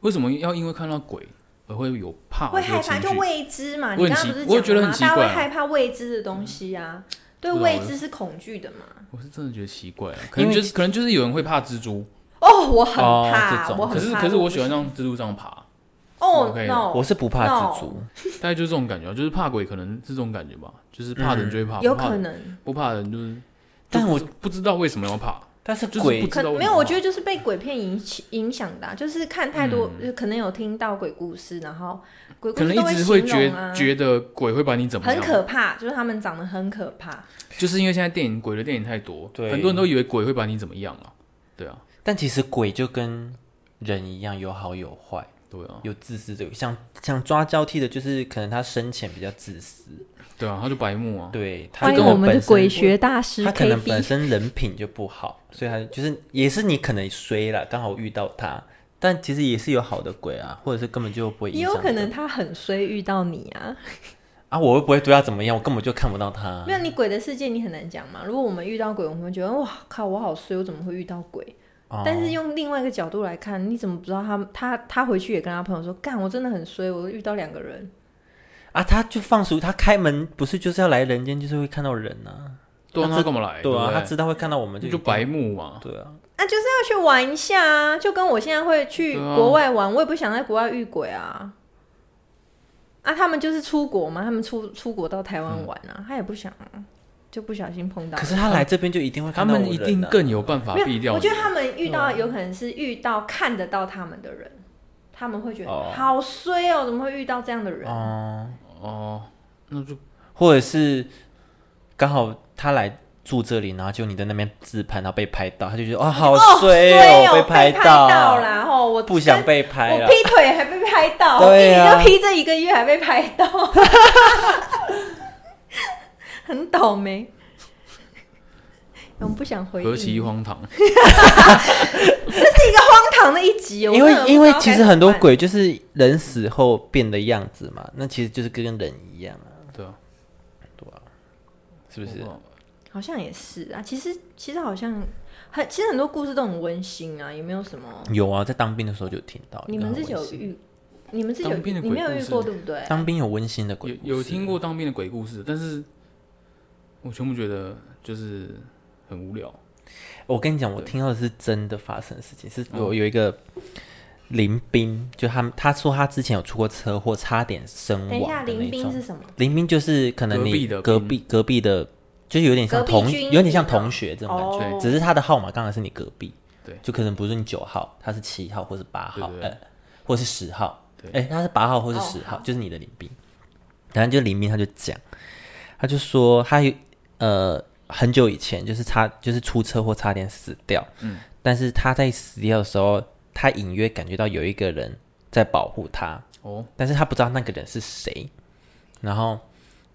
Speaker 3: 为什么要因为看到鬼而会有怕
Speaker 1: 会
Speaker 3: 这
Speaker 1: 害
Speaker 3: 个
Speaker 1: 怕
Speaker 3: 情
Speaker 1: 就
Speaker 3: 绪？
Speaker 1: 未知嘛。
Speaker 3: 我
Speaker 1: 你
Speaker 3: 很
Speaker 1: 刚刚
Speaker 3: 奇
Speaker 1: 不是
Speaker 3: 我也觉得
Speaker 1: 讲了吗？
Speaker 3: 很奇
Speaker 1: 大家会
Speaker 3: 怪啊
Speaker 1: 害怕未知的东西啊，对
Speaker 3: 对啊
Speaker 1: 未
Speaker 3: 我
Speaker 1: 知是恐惧的嘛。
Speaker 3: 我是真的觉得奇怪啊，可
Speaker 2: 因为
Speaker 3: 能就是可能就是有人会怕蜘蛛，
Speaker 1: 哦，我很
Speaker 2: 哦
Speaker 1: 怕
Speaker 2: 这，种
Speaker 1: 我
Speaker 3: 可
Speaker 1: 很
Speaker 3: 是
Speaker 1: 怕。
Speaker 3: 可是我喜欢让蜘蛛这样爬，
Speaker 1: 哦
Speaker 3: 我可以
Speaker 1: no，
Speaker 2: 我是不怕
Speaker 1: No
Speaker 2: 蜘蛛，
Speaker 3: 大概就是这种感觉啊，就是怕鬼可能是这种感觉吧，就是怕的人就会怕，
Speaker 1: 有
Speaker 3: 不怕
Speaker 1: 可
Speaker 3: 的
Speaker 1: 能，
Speaker 3: 不怕的人就是，
Speaker 2: 但
Speaker 3: 就
Speaker 2: 我
Speaker 3: 不不知道为什么要怕，
Speaker 2: 但是
Speaker 3: 就是
Speaker 2: 鬼
Speaker 3: 不
Speaker 1: 可
Speaker 3: 知道为
Speaker 1: 没
Speaker 3: 什
Speaker 1: 有，
Speaker 3: 么
Speaker 1: 我觉得就是被鬼片影起影响的啊、就是看太多，就可能有听到鬼故事，然后鬼故
Speaker 3: 嗯可
Speaker 1: 事
Speaker 3: 能
Speaker 1: 都
Speaker 3: 一直会
Speaker 1: 形
Speaker 3: 觉
Speaker 1: 容啊，
Speaker 3: 觉得鬼会把你怎么
Speaker 1: 很
Speaker 3: 样，
Speaker 1: 可怕，就是他们长得很可怕。
Speaker 3: 就是因为现在电影鬼的电影太多，
Speaker 2: 对
Speaker 3: 很多人都以为鬼会把你怎么样啊，对啊，
Speaker 2: 但其实鬼就跟人一样，有好有坏，
Speaker 3: 对啊，
Speaker 2: 有自私的，有像像抓交替的，就是可能他生前比较自私，
Speaker 3: 对啊，他就白目啊，
Speaker 2: 对他
Speaker 1: 欢
Speaker 2: 可
Speaker 1: 迎
Speaker 2: 能
Speaker 1: 我们的
Speaker 2: 本身
Speaker 1: 鬼学大师
Speaker 2: 他可能本
Speaker 1: KB。
Speaker 2: 身人品就不好，所以他就是也是你可能衰了，刚好遇到他，但其实也是有好的鬼啊，或者是根本就不会影
Speaker 1: 也
Speaker 2: 响
Speaker 1: 有
Speaker 2: 的。
Speaker 1: 可能他很衰遇到你啊，
Speaker 2: 啊，我又不会对他怎么样，我根本就看不到
Speaker 3: 啊
Speaker 2: 他
Speaker 1: 没。有你鬼的世界你很难讲嘛。如果我们遇到鬼，我们会觉得哇靠，我好衰，我怎么会遇到鬼？
Speaker 2: 哦
Speaker 1: 但是用另外一个角度来看，你怎么不知道他他他回去也跟他朋友说，干，我真的很衰，我遇到两个人，
Speaker 2: 啊，他就放俗，他开门不是就是要来人间，就是会看到人啊。
Speaker 3: 对啊，
Speaker 2: 那这
Speaker 3: 那他干嘛来？
Speaker 2: 对啊，
Speaker 3: 不
Speaker 2: 他知道会看到我们
Speaker 3: 那
Speaker 2: 就
Speaker 3: 就白目嘛。
Speaker 2: 对啊，
Speaker 1: 啊，就是要去玩一下啊，就跟我现在会去
Speaker 3: 对啊
Speaker 1: 国外玩，我也不想在国外遇鬼啊。啊，他们就是出国嘛，他们出出国到台湾玩啊，他也不想啊，就不小心碰到
Speaker 2: 可。是他来这边就一定会
Speaker 3: 他
Speaker 2: 看到我
Speaker 3: 们
Speaker 2: 人啊
Speaker 3: 一定更有办法避
Speaker 1: 没有，
Speaker 3: 掉
Speaker 1: 我
Speaker 3: 你
Speaker 1: 觉。得他们遇
Speaker 2: 嗯
Speaker 1: 到有可能是遇到看得到他们的人，他们会觉得、
Speaker 2: 哦
Speaker 1: 好衰哦，怎么会遇到这样的人？
Speaker 2: 哦，
Speaker 3: 哦，那就
Speaker 2: 或者是刚好他来住这里，然后就你在那边自拍，然后被拍到，他就觉得哦好衰
Speaker 1: 衰哦，
Speaker 2: 被
Speaker 1: 拍
Speaker 2: 到，啊
Speaker 1: 啦，吼，我
Speaker 2: 不想被拍啊
Speaker 1: 我
Speaker 2: 了。
Speaker 1: 劈腿还被拍到，
Speaker 2: 对啊
Speaker 1: 你都劈这一个月还被拍到， 很倒霉。我们不想回应，
Speaker 3: 何其
Speaker 1: 这
Speaker 3: 荒唐。
Speaker 1: 是一个荒唐的一集。我
Speaker 2: 因
Speaker 1: 真的不知道
Speaker 2: 为因为
Speaker 1: 该
Speaker 2: 其实
Speaker 1: 怎么
Speaker 2: 很多
Speaker 1: 办，
Speaker 2: 鬼就是人死后变的样子嘛，那其实就是跟人一样啊，
Speaker 3: 对啊，
Speaker 2: 是不是？
Speaker 1: 好像也是啊。其实其实好像很，其实很多故事都很温馨啊，也没有什么。
Speaker 2: 有啊，在当兵的时候就有听到。
Speaker 1: 你们自己有遇，你们自己有
Speaker 3: 当兵的
Speaker 1: 你没有
Speaker 3: 鬼
Speaker 1: 遇
Speaker 3: 故事
Speaker 1: 过对不对？
Speaker 2: 当兵有温馨的
Speaker 3: 有
Speaker 2: 鬼故事
Speaker 3: 有听过当兵的鬼故事，但是我全部觉得就是很无聊。
Speaker 2: 我跟你讲，我听到的是真的发生的事情，是
Speaker 3: 嗯
Speaker 2: 我有一个林兵，就他们他说他之前有出过车祸，差点身亡
Speaker 1: 等一下，
Speaker 2: 嗯的
Speaker 1: 林
Speaker 2: 那
Speaker 1: 兵
Speaker 2: 种。
Speaker 1: 是什么？
Speaker 2: 林兵就是可能
Speaker 3: 隔壁
Speaker 2: 你
Speaker 3: 的
Speaker 2: 隔
Speaker 3: 兵
Speaker 2: 壁隔壁的，就是有点像
Speaker 1: 隔壁
Speaker 2: 同
Speaker 1: 军
Speaker 2: 有点像
Speaker 1: 人啊
Speaker 2: 同学这种感觉，
Speaker 1: 哦，
Speaker 2: 只是他的号码刚好是你隔壁，
Speaker 3: 对
Speaker 2: 就可能不是你九号，他是七号或是八号，
Speaker 3: 对对对
Speaker 2: 呃，或是十号，
Speaker 3: 对
Speaker 2: 哎、他是八号或是
Speaker 1: 哦
Speaker 2: 十号，
Speaker 1: 好
Speaker 2: 就是你的林兵。然后就林兵他就讲，他就说他有呃很久以前就是差就是出车祸差点死掉，嗯，但是他在死掉的时候，他隐约感觉到有一个人在保护他，
Speaker 3: 哦，
Speaker 2: 但是他不知道那个人是谁，然后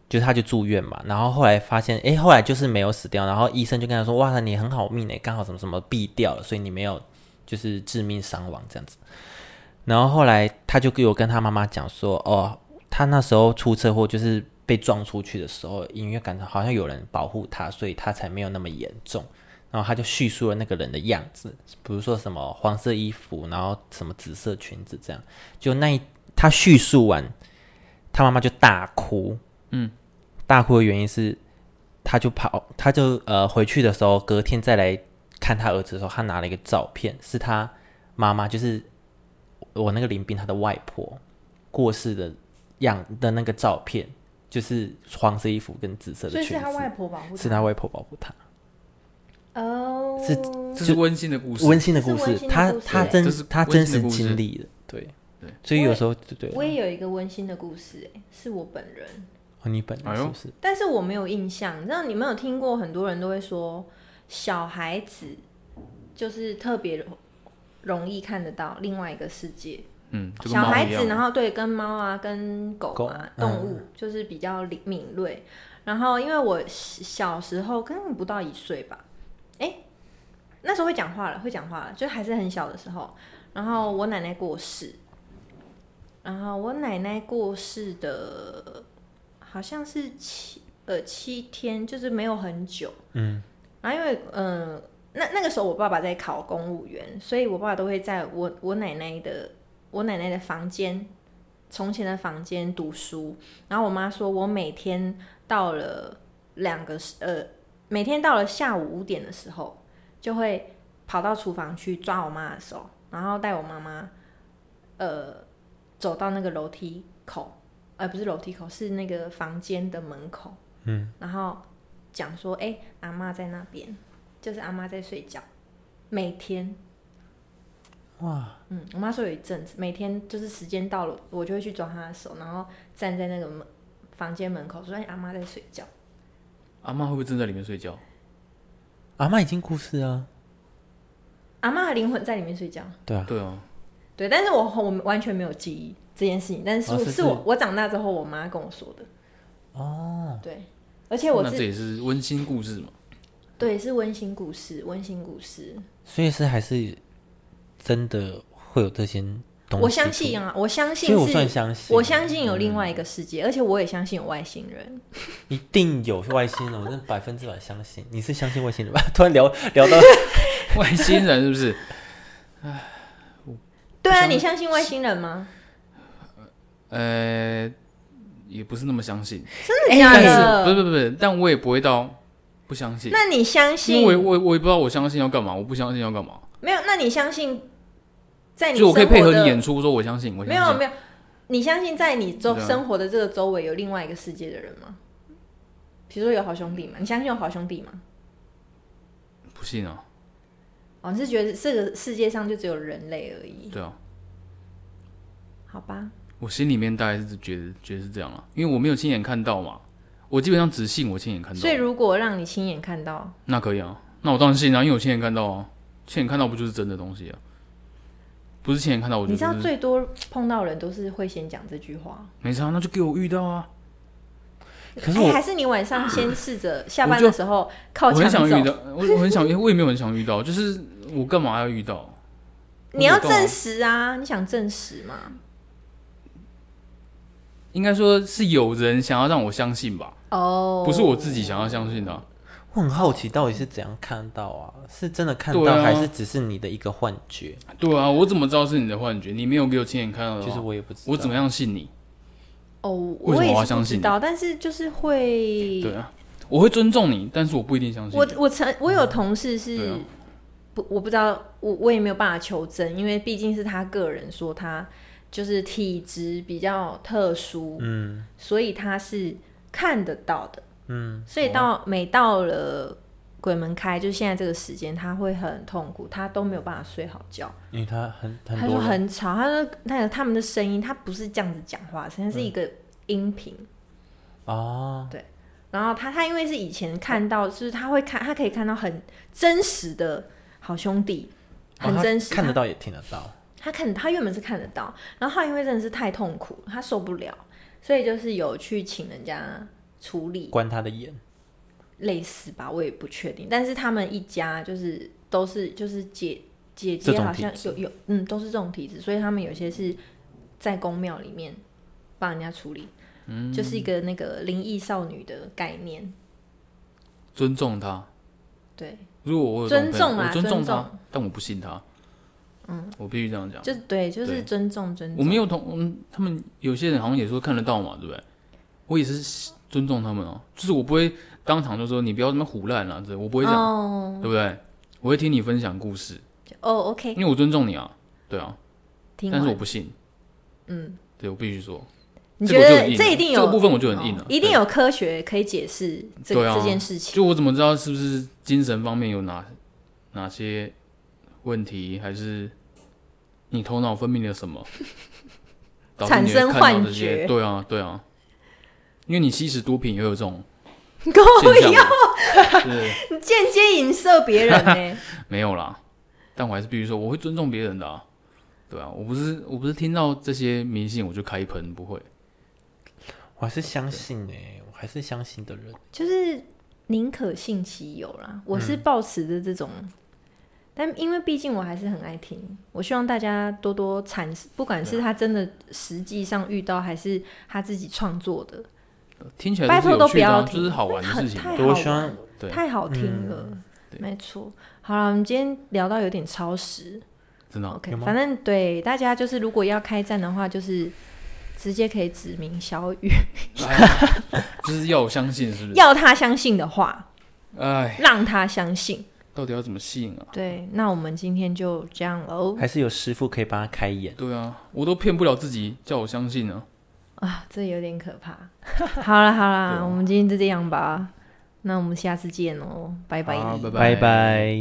Speaker 2: 就他就住院嘛，然后后来发现，诶，后来就是没有死掉，然后医生就跟他说，哇，你很好命诶，刚好什么什么毙掉了，所以你没有就是致命伤亡这样子。然后后来他就给我跟他妈妈讲说，哦，他那时候出车祸就是被撞出去的时候，隐约感到好像有人保护他，所以他才没有那么严重。然后他就叙述了那个人的样子，比如说什么黄色衣服，然后什么紫色裙子这样。就那一他叙述完，他妈妈就大哭，
Speaker 3: 嗯，
Speaker 2: 大哭的原因是，他就跑，他就呃回去的时候，隔天再来看他儿子的时候，他拿了一个照片，是他妈妈，就是我那个林斌他的外婆过世的样的那个照片，就是黄色衣服跟紫色
Speaker 1: 所
Speaker 2: 的
Speaker 1: 以
Speaker 2: 裙
Speaker 1: 是他外
Speaker 2: 子，
Speaker 1: 婆保护
Speaker 2: 是他外婆保护他。
Speaker 1: 哦，
Speaker 2: 是
Speaker 3: 这是温馨的故事。
Speaker 2: 温馨的故
Speaker 1: 这是温
Speaker 2: 事，
Speaker 1: 馨的
Speaker 2: 他
Speaker 1: 故事
Speaker 2: 他
Speaker 1: 欸
Speaker 2: 真
Speaker 3: 这是
Speaker 2: 他
Speaker 3: 温
Speaker 2: 真
Speaker 3: 馨的
Speaker 2: 实
Speaker 3: 故事
Speaker 2: 经历的，对
Speaker 3: 对
Speaker 2: 所以
Speaker 1: 我
Speaker 2: 有
Speaker 1: 也
Speaker 2: 时候对对，
Speaker 1: 我也有一个温馨的故事、欸，是我本人，
Speaker 2: 哦你本人
Speaker 3: 哎
Speaker 2: 是
Speaker 3: 呦
Speaker 2: 不是？
Speaker 1: 但是我没有印象。你知道你们有听过，很多人都会说小孩子就是特别容易看得到另外一个世界，
Speaker 3: 嗯，就跟
Speaker 1: 小
Speaker 3: 猫
Speaker 1: 孩
Speaker 3: 一
Speaker 1: 子，然
Speaker 3: 样。
Speaker 1: 后对，跟猫啊，跟狗
Speaker 2: 狗
Speaker 1: 啊，
Speaker 2: 嗯
Speaker 1: 动物、就是比较灵敏锐。然后因为我小时候根本不到一岁吧，哎、那时候会讲话了，会讲话了，就还是很小的时候。然后我奶奶过世，然后我奶奶过世的好像是七呃七天，就是没有很久。然后因为嗯、呃那那个时候我爸爸在考公务员，所以我爸爸都会在我我奶奶的我奶奶的房间，从前的房间读书。然后我妈说，我每天到了两个时呃，每天到了下午五点的时候，就会跑到厨房去抓我妈的手，然后带我妈妈呃走到那个楼梯口，呃不是楼梯口，是那个房间的门口。嗯，然后讲说，哎、阿妈在那边，就是阿妈在睡觉，每天。哇，嗯，我妈说有一阵子，每天就是时间到了，我就会去抓她的手，然后站在那个门房间门口说：“哎，阿妈在睡觉。
Speaker 3: 阿妈会不会正在里面睡觉？
Speaker 2: 阿妈已经故事啊，”
Speaker 1: 阿妈的灵魂在里面睡觉。
Speaker 2: 对啊，
Speaker 3: 对啊，
Speaker 1: 对，但是我我完全没有记忆这件事情，但是
Speaker 2: 哦
Speaker 1: 我
Speaker 2: 是
Speaker 1: 是我我长大之后我妈跟我说的。哦，对，而且我
Speaker 3: 那
Speaker 1: 自
Speaker 3: 这也是温馨故事嘛。
Speaker 1: 对是温馨故事，温馨故事。
Speaker 2: 所以是还是真的会有这些东西。
Speaker 1: 我相，信啊，我相信
Speaker 2: 所以我算
Speaker 1: 是，
Speaker 2: 相信，
Speaker 1: 我相信有另外一个世界，而且我也相信有外星人。
Speaker 2: 一 定有外星人，我真的百分之百相信。你是相信外星人吧？突然聊聊到
Speaker 3: 外星人是不是？
Speaker 1: 对啊，
Speaker 3: 想
Speaker 1: 你相信外星人吗？
Speaker 3: 呃，也不是那么相信，
Speaker 1: 真的假
Speaker 3: 但是不
Speaker 1: 的？
Speaker 3: 是不是不是，但我也不会到不相信，
Speaker 1: 那你相
Speaker 3: 因为我
Speaker 1: 信
Speaker 3: 我我也不知道我相信要干嘛，我不相信要干嘛，
Speaker 1: 没有？那你相信在你
Speaker 3: 就我可以配合
Speaker 1: 生活
Speaker 3: 你
Speaker 1: 的
Speaker 3: 演出，说我相信，我
Speaker 1: 没有
Speaker 3: 相信，
Speaker 1: 没有，你相信在你周
Speaker 3: 对啊
Speaker 1: 生活的这个周围有另外一个世界的人吗？比如说有好兄弟吗？你相信有好兄弟吗？
Speaker 3: 不信啊，
Speaker 1: 哦，你是觉得这个世界上就只有人类而已？
Speaker 3: 对啊，
Speaker 1: 好吧，
Speaker 3: 我心里面大概是觉得觉得是这样了，因为我没有亲眼看到嘛，我基本上只信我亲眼看到啊
Speaker 1: 所以，如果让你亲眼看到，
Speaker 3: 那可以啊，那我当然信啊，因为我亲眼看到啊，亲眼看到不就是真的东西啊，不是亲眼看到我就
Speaker 1: 你知道
Speaker 3: 是
Speaker 1: 最多碰到人都是会先讲这句话。
Speaker 3: 没啥，那就给我遇到啊，
Speaker 2: 可是
Speaker 1: 哎，
Speaker 2: 我
Speaker 1: 还是你晚上先试着下
Speaker 3: 我
Speaker 1: 班
Speaker 3: 就
Speaker 1: 的时候靠
Speaker 3: 我很
Speaker 1: 墙
Speaker 3: 想遇
Speaker 1: 走，
Speaker 3: 到，我我很想， 我也没有很想遇到，就是我干嘛要遇到？
Speaker 1: 你要
Speaker 3: 我懂啊
Speaker 1: 证实啊！你想证实吗？
Speaker 3: 应该说是有人想要让我相信吧，
Speaker 1: 哦，
Speaker 3: 不是我自己想要相信的啊、
Speaker 2: 我很好奇，到底是怎样看到啊？是真的看到，
Speaker 3: 对啊
Speaker 2: 还是只是你的一个幻觉？
Speaker 3: 对啊，我怎么知道是你的幻觉？你没有给我亲眼看到的话，
Speaker 2: 就是我也不知道，
Speaker 3: 哦我怎么样信你？
Speaker 1: 哦，
Speaker 3: 为
Speaker 1: 我
Speaker 3: 什么
Speaker 1: 也
Speaker 3: 我要
Speaker 1: 是
Speaker 3: 相
Speaker 1: 不知
Speaker 3: 信
Speaker 1: 道，但是就是会
Speaker 3: 对啊，我会尊重你，但是我不一定相信
Speaker 1: 我
Speaker 3: 你。嗯
Speaker 1: 我曾我有同事是、
Speaker 3: 对啊
Speaker 1: 不，我不知道，我我也没有办法求证，因为毕竟是他个人说他就是体质比较特殊，
Speaker 2: 嗯，
Speaker 1: 所以他是看得到的，嗯，
Speaker 3: 哦
Speaker 1: 所以到、每到了鬼门开，就是现在这个时间，他会很痛苦，他都没有办法睡好觉。
Speaker 2: 因为它很
Speaker 1: 他
Speaker 2: 很
Speaker 1: 说
Speaker 2: 多人哦
Speaker 1: 很吵，他说那个他们的声音，他不是这样子讲话，声音是一个音频。
Speaker 2: 嗯哦，
Speaker 1: 然后他他因为是以前看到，就是他会看，他可以看到很真实的好兄弟，很
Speaker 2: 哦它
Speaker 1: 真实。
Speaker 2: 看得到也听得到，
Speaker 1: 他看他原本是看得到，然后他因为真的是太痛苦，他受不了，所以就是有去请人家处理，
Speaker 2: 关他的眼，
Speaker 1: 类似吧，我也不确定。但是他们一家就是都是就是姐姐
Speaker 2: 这
Speaker 1: 姐
Speaker 2: 种
Speaker 1: 好像
Speaker 2: 体质
Speaker 1: 有有嗯都是这种体质，所以他们有些是在公庙里面帮人家处理，嗯，就是一个那个灵异少女的概念，
Speaker 3: 尊重他。
Speaker 1: 对，
Speaker 3: 如果我有这种
Speaker 1: 尊重
Speaker 3: 朋友
Speaker 1: 啊
Speaker 3: 我尊
Speaker 1: 尊
Speaker 3: 他
Speaker 1: 重，
Speaker 3: 但我不信他。嗯，我必须这样讲。
Speaker 1: 就是对，就是
Speaker 3: 对
Speaker 1: 尊重尊
Speaker 3: 我
Speaker 1: 重。
Speaker 3: 们有同，嗯，他们有些人好像也说看得到嘛，对不对？我也是尊重他们哦，就是我不会当场就说你不要这么胡乱了，啊这我不会这样，
Speaker 1: 哦
Speaker 3: 对不对？我会听你分享故事，
Speaker 1: 哦，OK，
Speaker 3: 因为我尊重你啊，对啊，
Speaker 1: 听
Speaker 3: 但是我
Speaker 1: 完，
Speaker 3: 不信，
Speaker 1: 嗯，
Speaker 3: 对我必须说，
Speaker 1: 你
Speaker 3: 这个
Speaker 1: 觉
Speaker 3: 我就
Speaker 1: 得
Speaker 3: 很硬
Speaker 1: 这
Speaker 3: 了
Speaker 1: 一定
Speaker 3: 这
Speaker 1: 有
Speaker 3: 个部分我就很硬了
Speaker 1: 哦，一定
Speaker 3: 对
Speaker 1: 有科学可以解释这
Speaker 3: 对啊
Speaker 1: 这件事情。
Speaker 3: 就我怎么知道是不是精神方面有哪哪些问题，还是你头脑分泌了什么，导致
Speaker 1: 产
Speaker 3: 你会
Speaker 1: 生
Speaker 3: 看到
Speaker 1: 幻
Speaker 3: 这些？
Speaker 1: 觉
Speaker 3: 对啊，对啊，因为你吸食毒品也有这种
Speaker 1: 够
Speaker 3: 现象嘛，是
Speaker 1: 你间接影射别人呢、
Speaker 3: 没有啦。但我还是必须说，我会尊重别人的、啊，对啊，我不是我不是听到这些迷信我就开喷，不会。
Speaker 2: 我还是相信哎、我还是相信的人。
Speaker 1: 就是宁可信其有
Speaker 3: 嗯
Speaker 1: 啦。我是抱持着这种，但因为毕竟我还是很爱听，我希望大家多多阐释，不管是
Speaker 3: 啊
Speaker 1: 他真的实际上遇到，还是他自己创作的，
Speaker 3: 听起来
Speaker 1: 拜
Speaker 3: 都
Speaker 1: 托
Speaker 3: 是有
Speaker 1: 都不
Speaker 3: 趣的、啊，
Speaker 1: 要听，
Speaker 3: 就是好玩的
Speaker 1: 很
Speaker 3: 事情嘛。
Speaker 1: 太
Speaker 2: 对我
Speaker 1: 好
Speaker 2: 希
Speaker 1: 玩
Speaker 2: 望嗯
Speaker 1: 了，
Speaker 3: 对
Speaker 1: 太好听了，
Speaker 3: 对
Speaker 1: 没错。好了，我们今天聊到有点超时
Speaker 3: 真的啊、
Speaker 1: ，OK，
Speaker 2: 有吗
Speaker 1: 反正对大家就是如果要开战的话，就是直接可以指明小雨，
Speaker 3: 就是要我相信，是不是？
Speaker 1: 要他相信的话，
Speaker 3: 哎，
Speaker 1: 让他相信。
Speaker 3: 到底要怎么吸引啊？
Speaker 1: 对，那我们今天就这样喽
Speaker 2: 还是有师傅可以帮他开眼。
Speaker 3: 对啊，我都骗不了自己，叫我相信呢、
Speaker 1: 啊，这有点可怕。好了好
Speaker 3: 对啊
Speaker 1: 了，我们今天就这样吧，那我们下次见哦，拜拜。
Speaker 3: 好拜
Speaker 2: 拜拜